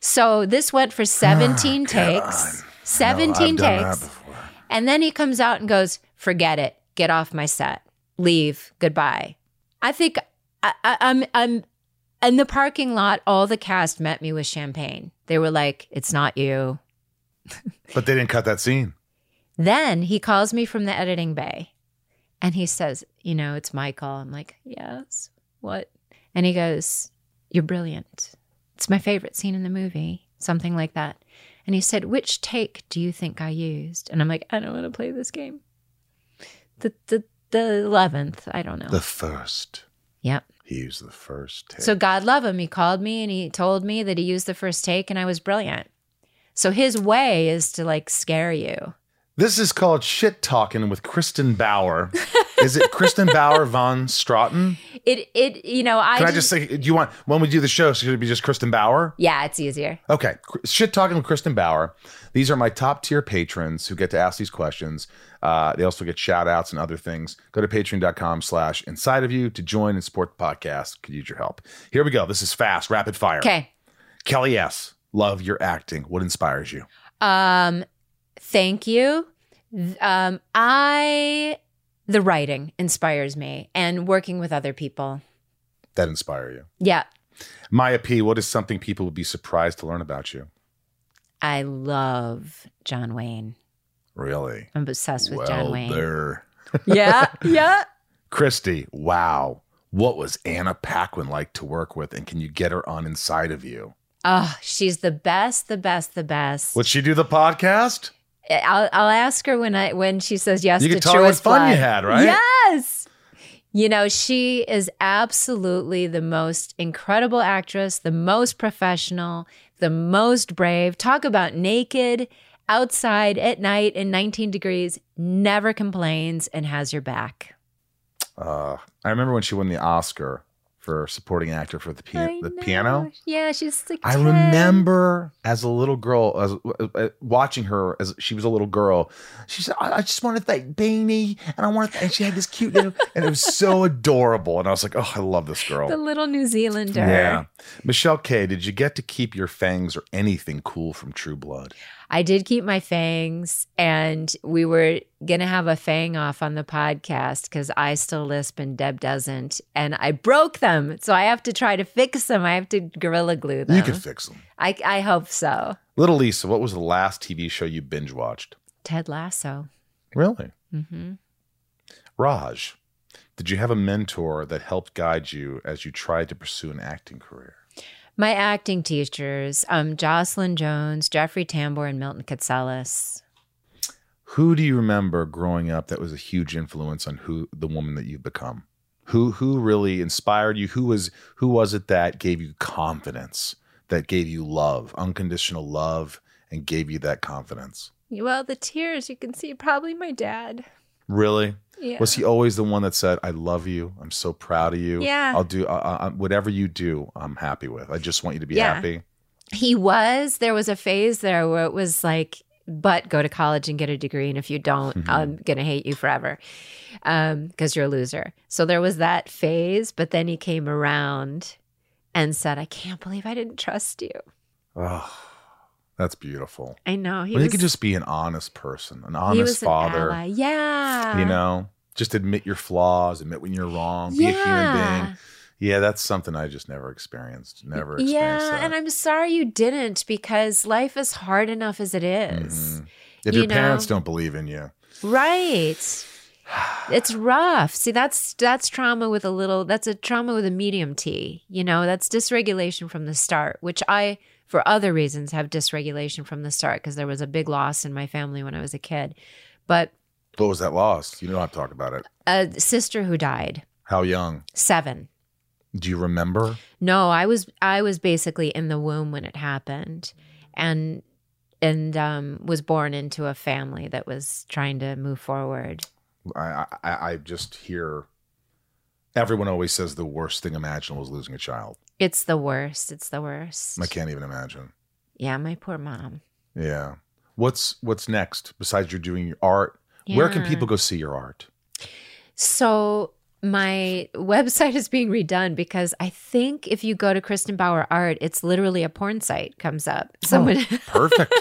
Speaker 3: So this went
Speaker 1: Ah,
Speaker 3: for 17 takes.
Speaker 1: done
Speaker 3: 17
Speaker 1: that
Speaker 3: takes. And then he comes out and goes, forget it. Get off my set. Leave. Goodbye. I think I, I, I'm, I'm in the parking lot. All the cast met me with champagne. They were like, it's not you.
Speaker 1: but they didn't cut that scene.
Speaker 3: Then he calls me from the editing bay and he says, You know, it's Michael. I'm like, Yes, what? And he goes, You're brilliant. It's my favorite scene in the movie, something like that. And he said, Which take do you think I used? And I'm like, I don't want to play this game. The, the, the 11th, I don't know.
Speaker 1: The first.
Speaker 3: yep.
Speaker 1: He used the first take.
Speaker 3: So God love him. He called me and he told me that he used the first take and I was brilliant. So his way is to like scare you.
Speaker 1: This is called Shit Talking with Kristen Bauer Is it Kristen Bauer von Straten?
Speaker 3: It it you know I
Speaker 1: Can I
Speaker 3: didn't-
Speaker 1: just say, do you want when we do the show? Should it be just Kristen Bauer?
Speaker 3: yeah it's easier.
Speaker 1: Okay, shit talking with Kristen Bauer. These are my top tier patrons who get to ask these questions. Uh, they also get shout outs and other things. Go to patreon.com slash inside of you to join and support the podcast. Could use your help. Here we go. This is fast, rapid fire.
Speaker 3: Okay.
Speaker 1: Kelly S. Love your acting. What inspires you?
Speaker 3: Um, thank you. Th- Um, I the writing inspires me and working with other people.
Speaker 1: That inspire you.
Speaker 3: Yeah,
Speaker 1: Maya P. What is something people would be surprised to learn about you?
Speaker 3: I love John Wayne.
Speaker 1: Really?
Speaker 3: I'm obsessed with
Speaker 1: well,
Speaker 3: John Wayne.
Speaker 1: there.
Speaker 3: Yeah, yeah.
Speaker 1: Christy, wow. What was Anna Paquin like to work with? And can you get her on inside of you?
Speaker 3: Oh, she's the best, the best, the best.
Speaker 1: Would she do the podcast?
Speaker 3: I'll, I'll ask her when I when she says yes
Speaker 1: You
Speaker 3: to
Speaker 1: can tell her what
Speaker 3: Truist
Speaker 1: fun you
Speaker 3: Blood.
Speaker 1: had, right?
Speaker 3: Yes. You know, she is absolutely the most incredible actress, the most professional, the most brave. Talk about naked outside at night in 19 degrees, never complains and has your back.
Speaker 1: Uh, I remember when she won the Oscar for supporting actor for the,
Speaker 3: I
Speaker 1: pia- the
Speaker 3: know.
Speaker 1: piano.
Speaker 3: Yeah, she's like
Speaker 1: I
Speaker 3: 10.
Speaker 1: remember as a little girl, as uh, watching her as she was a little girl. She said, "I, I just want to thank Beanie," and I want to, and she had this cute little, and it was so adorable. And I was like, "Oh, I love this girl."
Speaker 3: the little New Zealander.
Speaker 1: yeah, Michelle K. Did you get to keep your fangs or anything cool from True Blood?
Speaker 3: I did keep my fangs, and we were gonna have a fang off on the podcast because I still lisp and Deb doesn't, and I broke them, so I have to try to fix them. I have to gorilla glue them.
Speaker 1: You could fix them.
Speaker 3: I I hope so.
Speaker 1: Little Lisa, what was the last TV show you binge watched?
Speaker 3: Ted Lasso.
Speaker 1: Really,
Speaker 3: hmm
Speaker 1: Raj? Did you have a mentor that helped guide you as you tried to pursue an acting career?
Speaker 3: My acting teachers, um, Jocelyn Jones, Jeffrey Tambor, and Milton Katselis.
Speaker 1: Who do you remember growing up that was a huge influence on who the woman that you've become? Who who really inspired you? Who was who was it that gave you confidence? That gave you love, unconditional love, and gave you that confidence?
Speaker 3: Well, the tears you can see probably my dad.
Speaker 1: Really?
Speaker 3: Yeah.
Speaker 1: Was he always the one that said, "I love you. I'm so proud of you.
Speaker 3: Yeah.
Speaker 1: I'll do I, I, whatever you do. I'm happy with. I just want you to be
Speaker 3: Yeah.
Speaker 1: happy."
Speaker 3: He was. There was a phase there where it was like, but go to college and get a degree. And if you don't,
Speaker 1: Mm-hmm.
Speaker 3: I'm going to hate you forever because you're a loser. So there was that phase. But then he came around and said, I can't believe I didn't trust you.
Speaker 1: Oh, that's beautiful.
Speaker 3: I know. He
Speaker 1: Well, he
Speaker 3: was,
Speaker 1: could just be an honest person, an honest
Speaker 3: he was an
Speaker 1: father.
Speaker 3: ally. Yeah.
Speaker 1: you know just admit your flaws admit when you're wrong be a human
Speaker 3: Yeah.
Speaker 1: being yeah that's something i just never experienced never experienced
Speaker 3: Yeah.
Speaker 1: that.
Speaker 3: And I'm sorry you didn't because life is hard enough as it is.
Speaker 1: Mhm. if
Speaker 3: you
Speaker 1: your parents
Speaker 3: know-
Speaker 1: don't believe in you
Speaker 3: Right. It's rough. See, that's that's trauma with a little that's a trauma with a medium T. You know, that's dysregulation from the start, which I for other reasons have dysregulation from the start because there was a big loss in my family when I was a kid. But
Speaker 1: what was that loss you don't have to talk about it
Speaker 3: a sister who died,
Speaker 1: how young
Speaker 3: 7.
Speaker 1: do you remember
Speaker 3: No, I was I was basically in the womb when it happened and and um was born into a family that was trying to move forward.
Speaker 1: i i, I just hear everyone always says the worst thing imaginable is losing a child
Speaker 3: It's the worst. It's the worst.
Speaker 1: i can't even imagine
Speaker 3: Yeah, my poor mom.
Speaker 1: yeah what's what's next besides you're doing your art where can
Speaker 3: Yeah.
Speaker 1: people go see your art
Speaker 3: So my website is being redone because I think if you go to Kristen Bauer Art, it's literally a porn site comes up.
Speaker 1: Oh,
Speaker 3: Someone
Speaker 1: perfect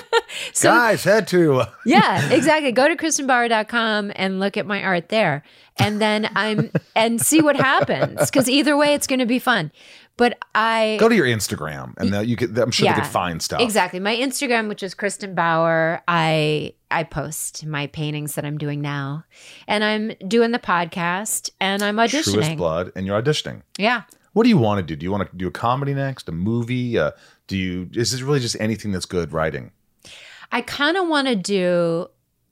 Speaker 3: So-
Speaker 1: guys head to uh,
Speaker 3: yeah, exactly. Go to kristenbauer.com and look at my art there. And then I'm and see what happens cuz either way it's going to be fun. But I
Speaker 1: go to your Instagram, and that you could. I'm sure they
Speaker 3: Yeah.
Speaker 1: could find stuff.
Speaker 3: Exactly. My Instagram, which is Kristen Bauer, I I post my paintings that I'm doing now. And I'm doing the podcast and I'm
Speaker 1: Truest
Speaker 3: auditioning.
Speaker 1: blood, and you're auditioning.
Speaker 3: Yeah.
Speaker 1: What do you want to do? Do you want to do a comedy next? A movie? Uh, do you? Is this really just anything that's good writing?
Speaker 3: I kind of want to do.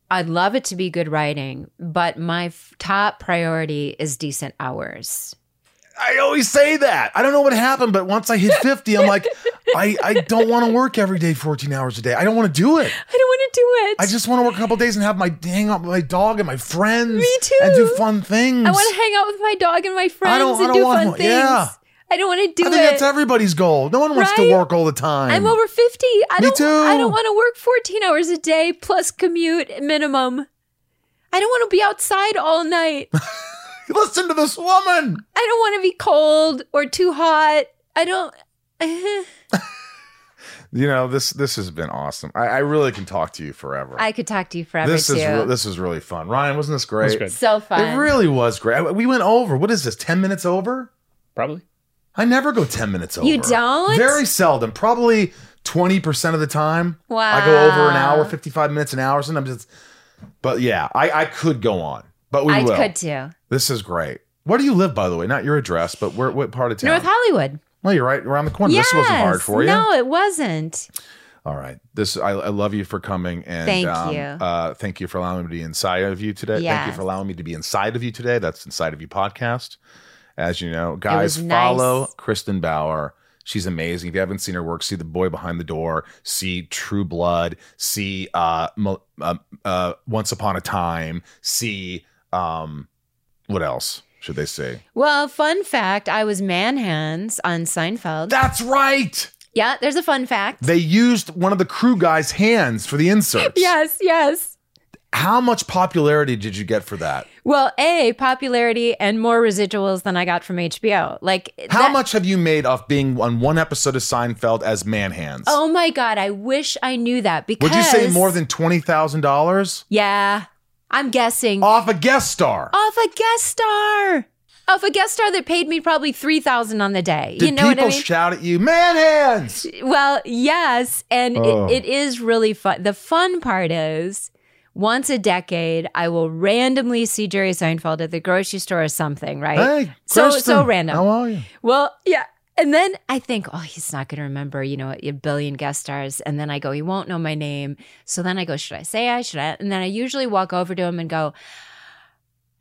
Speaker 3: I'd love it to be good writing, but my f- top priority is decent hours.
Speaker 1: I always say that. I don't know what happened, but once I hit 50, I'm like, I, I don't want to work every day 14 hours a day. I don't want to do it.
Speaker 3: I don't want to do it.
Speaker 1: I just want to work a couple days and have my hang out with my dog and my friends.
Speaker 3: Me too.
Speaker 1: And do fun things.
Speaker 3: I want to hang out with my dog and my friends
Speaker 1: don't- I
Speaker 3: and
Speaker 1: don't
Speaker 3: do
Speaker 1: want
Speaker 3: fun
Speaker 1: one.
Speaker 3: things.
Speaker 1: Yeah.
Speaker 3: I don't want to do
Speaker 1: I think
Speaker 3: it.
Speaker 1: that's everybody's goal. No one wants
Speaker 3: Right?
Speaker 1: to work all the time.
Speaker 3: I'm over 50. I
Speaker 1: Me
Speaker 3: don't I
Speaker 1: too.
Speaker 3: don't want to work 14 hours a day plus commute minimum. I don't want to be outside all night. I
Speaker 1: Listen to this woman.
Speaker 3: don't want to be cold or too hot. I don't
Speaker 1: You know this. This has been awesome. I, I really can talk to you forever.
Speaker 3: I could talk to you forever
Speaker 1: this
Speaker 3: too.
Speaker 1: is re- this is really fun. Ryan, wasn't this great?
Speaker 5: good.
Speaker 3: so fun.
Speaker 1: It really was great. I- We went over. What is this? Ten minutes over?
Speaker 5: Probably.
Speaker 1: I never go ten minutes over.
Speaker 3: You don't?
Speaker 1: Very seldom. Probably twenty percent of the time. I go over an hour,
Speaker 3: Wow.
Speaker 1: fifty-five minutes, an hour. Sometimes it's. But yeah, I, I could go on, but we
Speaker 3: I
Speaker 1: will.
Speaker 3: could too.
Speaker 1: This is great. Where do you live, by the way? Not your address, but where? What part of town?
Speaker 3: North Hollywood.
Speaker 1: Well, you're right around the corner.
Speaker 3: yes.
Speaker 1: This wasn't hard for you.
Speaker 3: No, it wasn't.
Speaker 1: All right. This I, I love you for coming and
Speaker 3: Thank
Speaker 1: um,
Speaker 3: you.
Speaker 1: Uh, thank you for allowing me to be inside of you today. Thank you
Speaker 3: Yes.
Speaker 1: for allowing me to be inside of you today. That's inside of you podcast. As you know, guys,
Speaker 3: was nice.
Speaker 1: follow Kristen Bauer. She's amazing. If you haven't seen her work, see The Boy Behind the Door, see True Blood, see uh, Mo- uh, uh, Once Upon a Time, see um, what else should they say?
Speaker 3: Well, fun fact, I was manhands on Seinfeld.
Speaker 1: That's right.
Speaker 3: yeah, there's a fun fact.
Speaker 1: They used one of the crew guys' hands for the inserts.
Speaker 3: yes, yes.
Speaker 1: How much popularity did you get for that?
Speaker 3: Well, A, popularity and more residuals than I got from HBO. Like
Speaker 1: How
Speaker 3: that-
Speaker 1: much have you made off being on one episode of Seinfeld as man hands?
Speaker 3: Oh my god, I wish I knew that because
Speaker 1: Would you say more than twenty thousand dollars
Speaker 3: Yeah. I'm guessing.
Speaker 1: off a guest star?
Speaker 3: off a guest star. Off a guest star that paid me probably 3000 on the day.
Speaker 1: Did
Speaker 3: you know what
Speaker 1: people
Speaker 3: I mean?
Speaker 1: shout at you, man hands?
Speaker 3: Well, yes, and
Speaker 1: Oh.
Speaker 3: it, it is really fun. The fun part is once a decade, I will randomly see Jerry Seinfeld at the grocery store or something, right?
Speaker 1: Hey,
Speaker 3: so so
Speaker 1: Kristen,
Speaker 3: random.
Speaker 1: How are you?
Speaker 3: Well, yeah. And then I think, oh, he's not going to remember, you know, a billion guest stars. And then I go, he won't know my name. So then I go, should I say I? Should I? And then I usually walk over to him and go,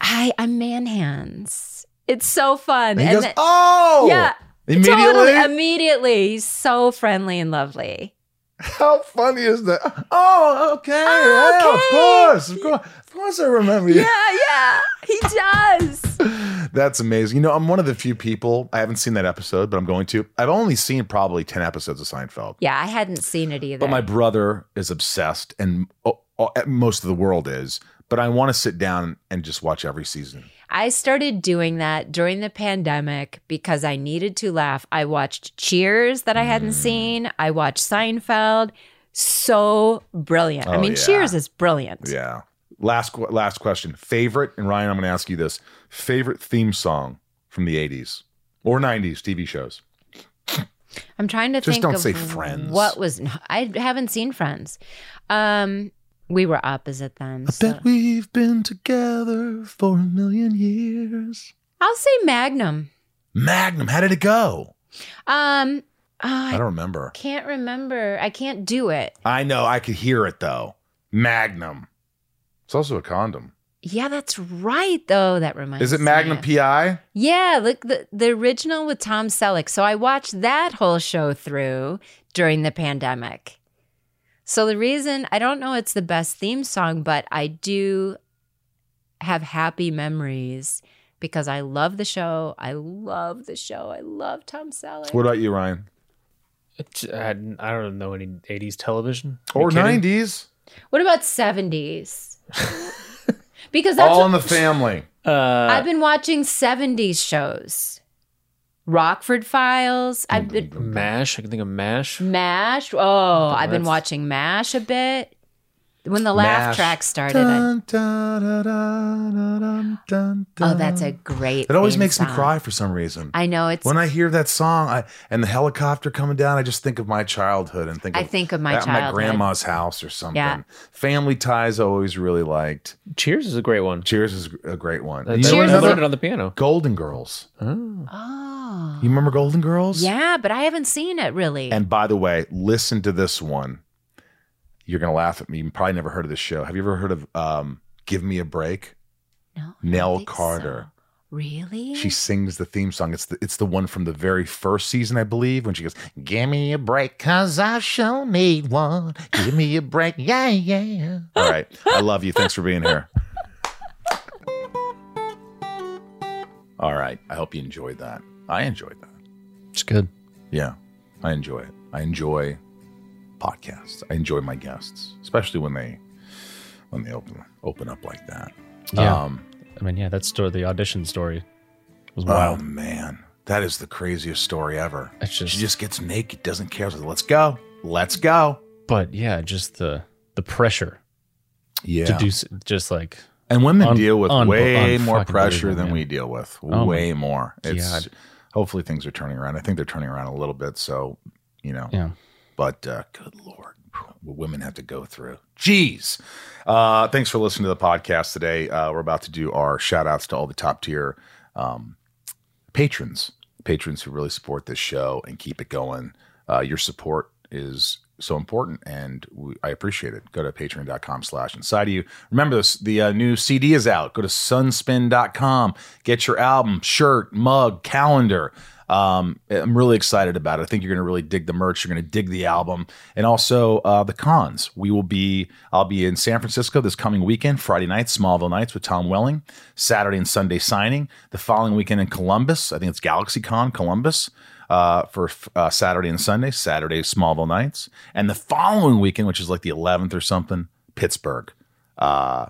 Speaker 3: hi, I'm Man Hands. It's so fun.
Speaker 1: And he
Speaker 3: and
Speaker 1: goes,
Speaker 3: then-
Speaker 1: oh,
Speaker 3: yeah.
Speaker 1: immediately.
Speaker 3: Totally, Um, immediately. He's so friendly and lovely.
Speaker 1: How funny is that? Oh, okay,
Speaker 3: Oh,
Speaker 1: yeah, of course, of course, of course, I remember you.
Speaker 3: Yeah, yeah. He does.
Speaker 1: That's amazing. You know, I'm one of the few people. I haven't seen that episode, but I'm going to. I've only seen probably ten episodes of Seinfeld.
Speaker 3: Yeah, I hadn't seen it either.
Speaker 1: But my brother is obsessed, and oh, oh, most of the world is. But I want to sit down and just watch every season.
Speaker 3: I started doing that during the pandemic because I needed to laugh. I watched Cheers that I hadn't
Speaker 1: Mm.
Speaker 3: seen. I watched Seinfeld. So brilliant. I
Speaker 1: Oh,
Speaker 3: mean,
Speaker 1: yeah.
Speaker 3: Cheers is brilliant.
Speaker 1: Yeah. Last qu- last question. Favorite, and Ryan, I'm going to ask you this. Favorite theme song from the 80s or 90s TV shows?
Speaker 3: I'm trying to
Speaker 1: Just
Speaker 3: think
Speaker 1: don't
Speaker 3: of
Speaker 1: say Friends.
Speaker 3: what was no, I haven't seen Friends. Um we were opposite then.
Speaker 1: I
Speaker 3: so-
Speaker 1: bet we've been together for a million years.
Speaker 3: I'll say Magnum.
Speaker 1: Magnum, how did it go?
Speaker 3: Um oh,
Speaker 1: I
Speaker 3: I
Speaker 1: don't remember.
Speaker 3: can't remember. I can't do it.
Speaker 1: I know I could hear it though. Magnum. It's also a condom.
Speaker 3: Yeah, that's right though. That reminds
Speaker 1: Is it
Speaker 3: me.
Speaker 1: Magnum PI?
Speaker 3: Yeah, look the the original with Tom Selleck. So I watched that whole show through during the pandemic. So the reason I don't know it's the best theme song, but I do have happy memories because I love the show. I love the show. I love Tom Selleck.
Speaker 1: What about you, Ryan?
Speaker 5: It's- I I don't know any 80s television. Are you
Speaker 1: Or
Speaker 5: kidding?
Speaker 1: 90s?
Speaker 3: What about 70s? because that's
Speaker 1: All
Speaker 3: what-
Speaker 1: in the family.
Speaker 5: Uh,
Speaker 3: I've been watching 70s shows. Rockford Files. I've been
Speaker 5: MASH. I can think of MASH.
Speaker 3: MASH. Oh, I've been
Speaker 5: that's-
Speaker 3: watching MASH a bit. When the laugh
Speaker 1: MASH.
Speaker 3: track started, I, oh, that's a great.
Speaker 1: It always
Speaker 3: theme
Speaker 1: makes me
Speaker 3: song.
Speaker 1: cry for some reason.
Speaker 3: I know it's.
Speaker 1: when I hear that song I, and the helicopter coming down, I just think of my childhood and think
Speaker 3: I
Speaker 1: of,
Speaker 3: think of my
Speaker 1: at my
Speaker 3: childhood.
Speaker 1: grandma's house or something.
Speaker 3: Yeah.
Speaker 1: Family ties I always really liked.
Speaker 5: Cheers is a great one.
Speaker 1: Cheers is a great one.
Speaker 5: Uh,
Speaker 1: You know
Speaker 5: I
Speaker 3: Cheers
Speaker 5: learned
Speaker 3: is
Speaker 1: another-
Speaker 5: it on the piano.
Speaker 1: Golden Girls.
Speaker 3: oh,
Speaker 1: You remember Golden Girls?
Speaker 3: yeah, but I haven't seen it really.
Speaker 1: And by the way, listen to this one. You're gonna laugh at me. You probably never heard of this show. Have you ever heard of um, "Give Me a Break"?
Speaker 3: no, I don't
Speaker 1: Nell
Speaker 3: think
Speaker 1: Carter.
Speaker 3: so. Really?
Speaker 1: She sings the theme song. It's the it's the one from the very first season, I believe, when she goes, "Give me a break, cause I sure need one. Give me a break, yeah, yeah." All right, I love you. Thanks for being here. All right, I hope you enjoyed that. I enjoyed that.
Speaker 6: It's good.
Speaker 1: Yeah, I enjoy it. I enjoy podcasts. I enjoy my guests, especially when they when they open open up like that.
Speaker 6: Yeah.
Speaker 1: Um,
Speaker 6: I mean, yeah, that story, the audition story, was
Speaker 1: Oh
Speaker 6: wild.
Speaker 1: man, that is the craziest story ever.
Speaker 6: It's just-
Speaker 1: she just gets naked, doesn't care. Says, Let's go, let's go.
Speaker 6: But yeah, just the the pressure
Speaker 1: Yeah,
Speaker 6: to do s- just like
Speaker 1: and women
Speaker 6: Un-
Speaker 1: deal with
Speaker 6: un-
Speaker 1: way
Speaker 6: un-
Speaker 1: more
Speaker 6: fucking
Speaker 1: pressure
Speaker 6: believable,
Speaker 1: than
Speaker 6: man.
Speaker 1: we deal with.
Speaker 6: Oh, my
Speaker 1: way more. It's
Speaker 6: God.
Speaker 1: hopefully things are turning around. I think they're turning around a little bit. So you know,
Speaker 6: yeah.
Speaker 1: but uh, good lord what women have to go through jeez uh, thanks for listening to the podcast today uh, we're about to do our shout outs to all the top tier um, patrons patrons who really support this show and keep it going uh, your support is so important and we, i appreciate it go to patreon.com slash inside of you remember this the uh, new cd is out go to sunspin.com get your album shirt mug calendar um, I'm really excited about it. I think you're going to really dig the merch. You're going to dig the album, and also uh, the cons. We will be. I'll be in San Francisco this coming weekend, Friday night, Smallville nights with Tom Welling. Saturday and Sunday signing. The following weekend in Columbus. I think it's GalaxyCon Columbus uh, for f- uh, Saturday and Sunday. Saturday Smallville nights, and the following weekend, which is like the 11th or something, Pittsburgh. Uh,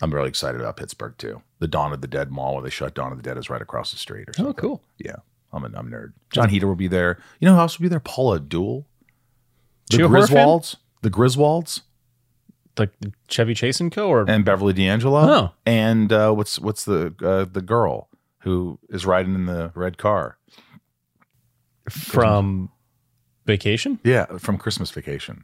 Speaker 1: I'm really excited about Pittsburgh too. The Dawn of the Dead Mall, where they shut Dawn of the Dead, is right across the street. Or
Speaker 6: Oh,
Speaker 1: something.
Speaker 6: cool.
Speaker 1: Yeah, I'm a, I'm a nerd. John Heater will be there. You know who else will be there? Paula Abdul. The
Speaker 6: She a horror fan?
Speaker 1: Griswolds. The Griswolds
Speaker 6: Like Chevy Chase and Co. Or
Speaker 1: and Beverly D'Angelo.
Speaker 6: Oh.
Speaker 1: And uh, what's what's the uh, the girl who is riding in the red car?
Speaker 6: from vacation?
Speaker 1: Yeah, from Christmas Vacation.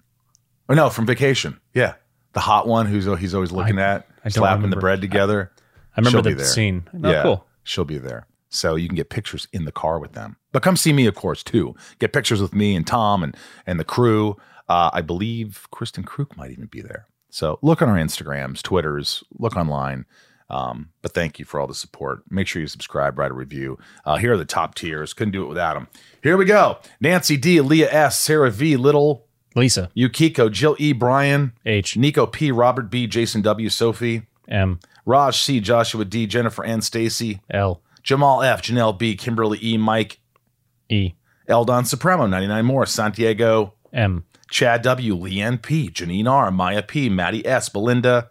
Speaker 1: Or no, from Vacation. Yeah, the hot one who's he's always looking at
Speaker 6: I don't
Speaker 1: slapping the
Speaker 6: remember.
Speaker 1: bread together.
Speaker 6: I remember
Speaker 1: She'll be
Speaker 6: that
Speaker 1: there.
Speaker 6: scene. Oh, cool.
Speaker 1: She'll be there. So you can get pictures in the car with them. But come see me, of course, too. Get pictures with me and Tom and and the crew. Uh, I believe Kristen Kruk might even be there. So look on our Instagrams, Twitters, look online. Um, but thank you for all the support. Make sure you subscribe, write a review. Uh, here are the top tiers. Couldn't do it without them. Here we go. Nancy D, Leah S, Sarah V, Little,
Speaker 6: Lisa
Speaker 1: Yukiko, Jill E, Brian,
Speaker 6: H
Speaker 1: Nico P, Robert B, Jason W, Sophie,
Speaker 6: M
Speaker 1: Raj C, Joshua D, Jennifer N, Stacy,
Speaker 6: L
Speaker 1: Jamal F, Janelle B, Kimberly E, Mike,
Speaker 6: E
Speaker 1: Eldon Supremo, 99 more, Santiago,
Speaker 6: M
Speaker 1: Chad W, Leanne P, Janine R, Maya P, Maddie S, Belinda,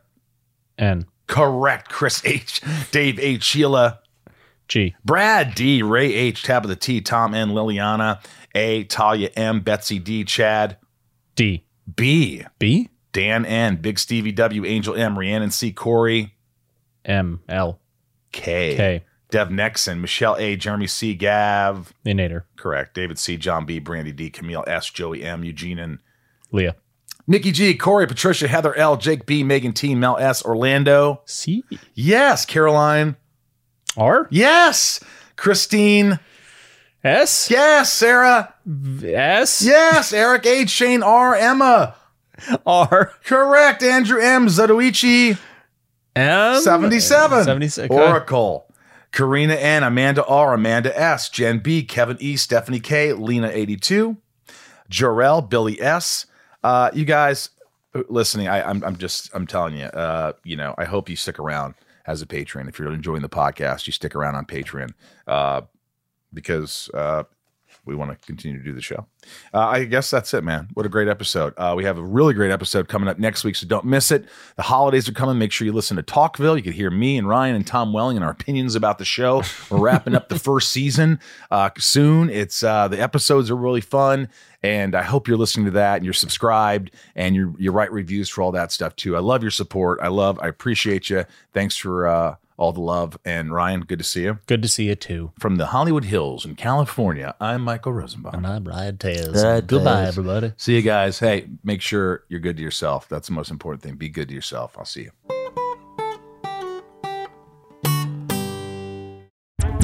Speaker 6: N
Speaker 1: correct, Chris H, Dave H, Sheila,
Speaker 6: G
Speaker 1: Brad D, Ray H, Tabitha T, Tom N, Liliana A, Talia M, Betsy D, Chad
Speaker 6: D
Speaker 1: B,
Speaker 6: B
Speaker 1: Dan N, Big Stevie W, Angel M, Rhiannon C, Corey
Speaker 6: M L
Speaker 1: K,
Speaker 6: K
Speaker 1: Dev Nexon, Michelle A, Jeremy C, Gav,
Speaker 6: Inator
Speaker 1: correct, David C, John B, Brandy D, Camille S, Joey M, Eugene and
Speaker 6: Leah
Speaker 1: Nikki G, Corey, Patricia, Heather L, Jake B, Megan T, Mel S, Orlando.
Speaker 6: C
Speaker 1: Yes, Caroline.
Speaker 6: R
Speaker 1: Yes, Christine.
Speaker 6: S
Speaker 1: Yes, Sarah.
Speaker 6: S
Speaker 1: Yes, Eric H, Shane R, Emma.
Speaker 6: R
Speaker 1: Correct, Andrew M, Zadoichi.
Speaker 6: M
Speaker 1: 77.
Speaker 6: 76 okay.
Speaker 1: Oracle. Karina N, Amanda R, Amanda S, Jen B, Kevin E, Stephanie K, Lena 82, Jarrell, Billy S. Uh, you guys listening, I, I'm, I'm just, I'm telling you, uh, you know, I hope you stick around as a patron. If you're enjoying the podcast, you stick around on Patreon uh, because uh, we want to continue to do the show. Uh, I guess that's it, man. What a great episode. Uh, we have a really great episode coming up next week, so don't miss it. The holidays are coming. Make sure you listen to Talkville. You can hear me and Ryan and Tom Welling and our opinions about the show. We're wrapping up the first season uh, soon. It's uh, the episodes are really fun, and I hope you're listening to that and you're subscribed and you you write reviews for all that stuff too. I love your support. I love. I appreciate you. Thanks for uh, all the love. And Ryan, good to see you
Speaker 6: Good to see you too.
Speaker 1: from the Hollywood Hills in California. I'm Michael Rosenbaum.
Speaker 6: And I'm Ryan Tails.
Speaker 1: Ryan
Speaker 6: Goodbye,
Speaker 1: Tales.
Speaker 6: everybody.
Speaker 1: See you guys. Hey, make sure you're good to yourself. That's the most important thing. Be good to yourself. I'll see you.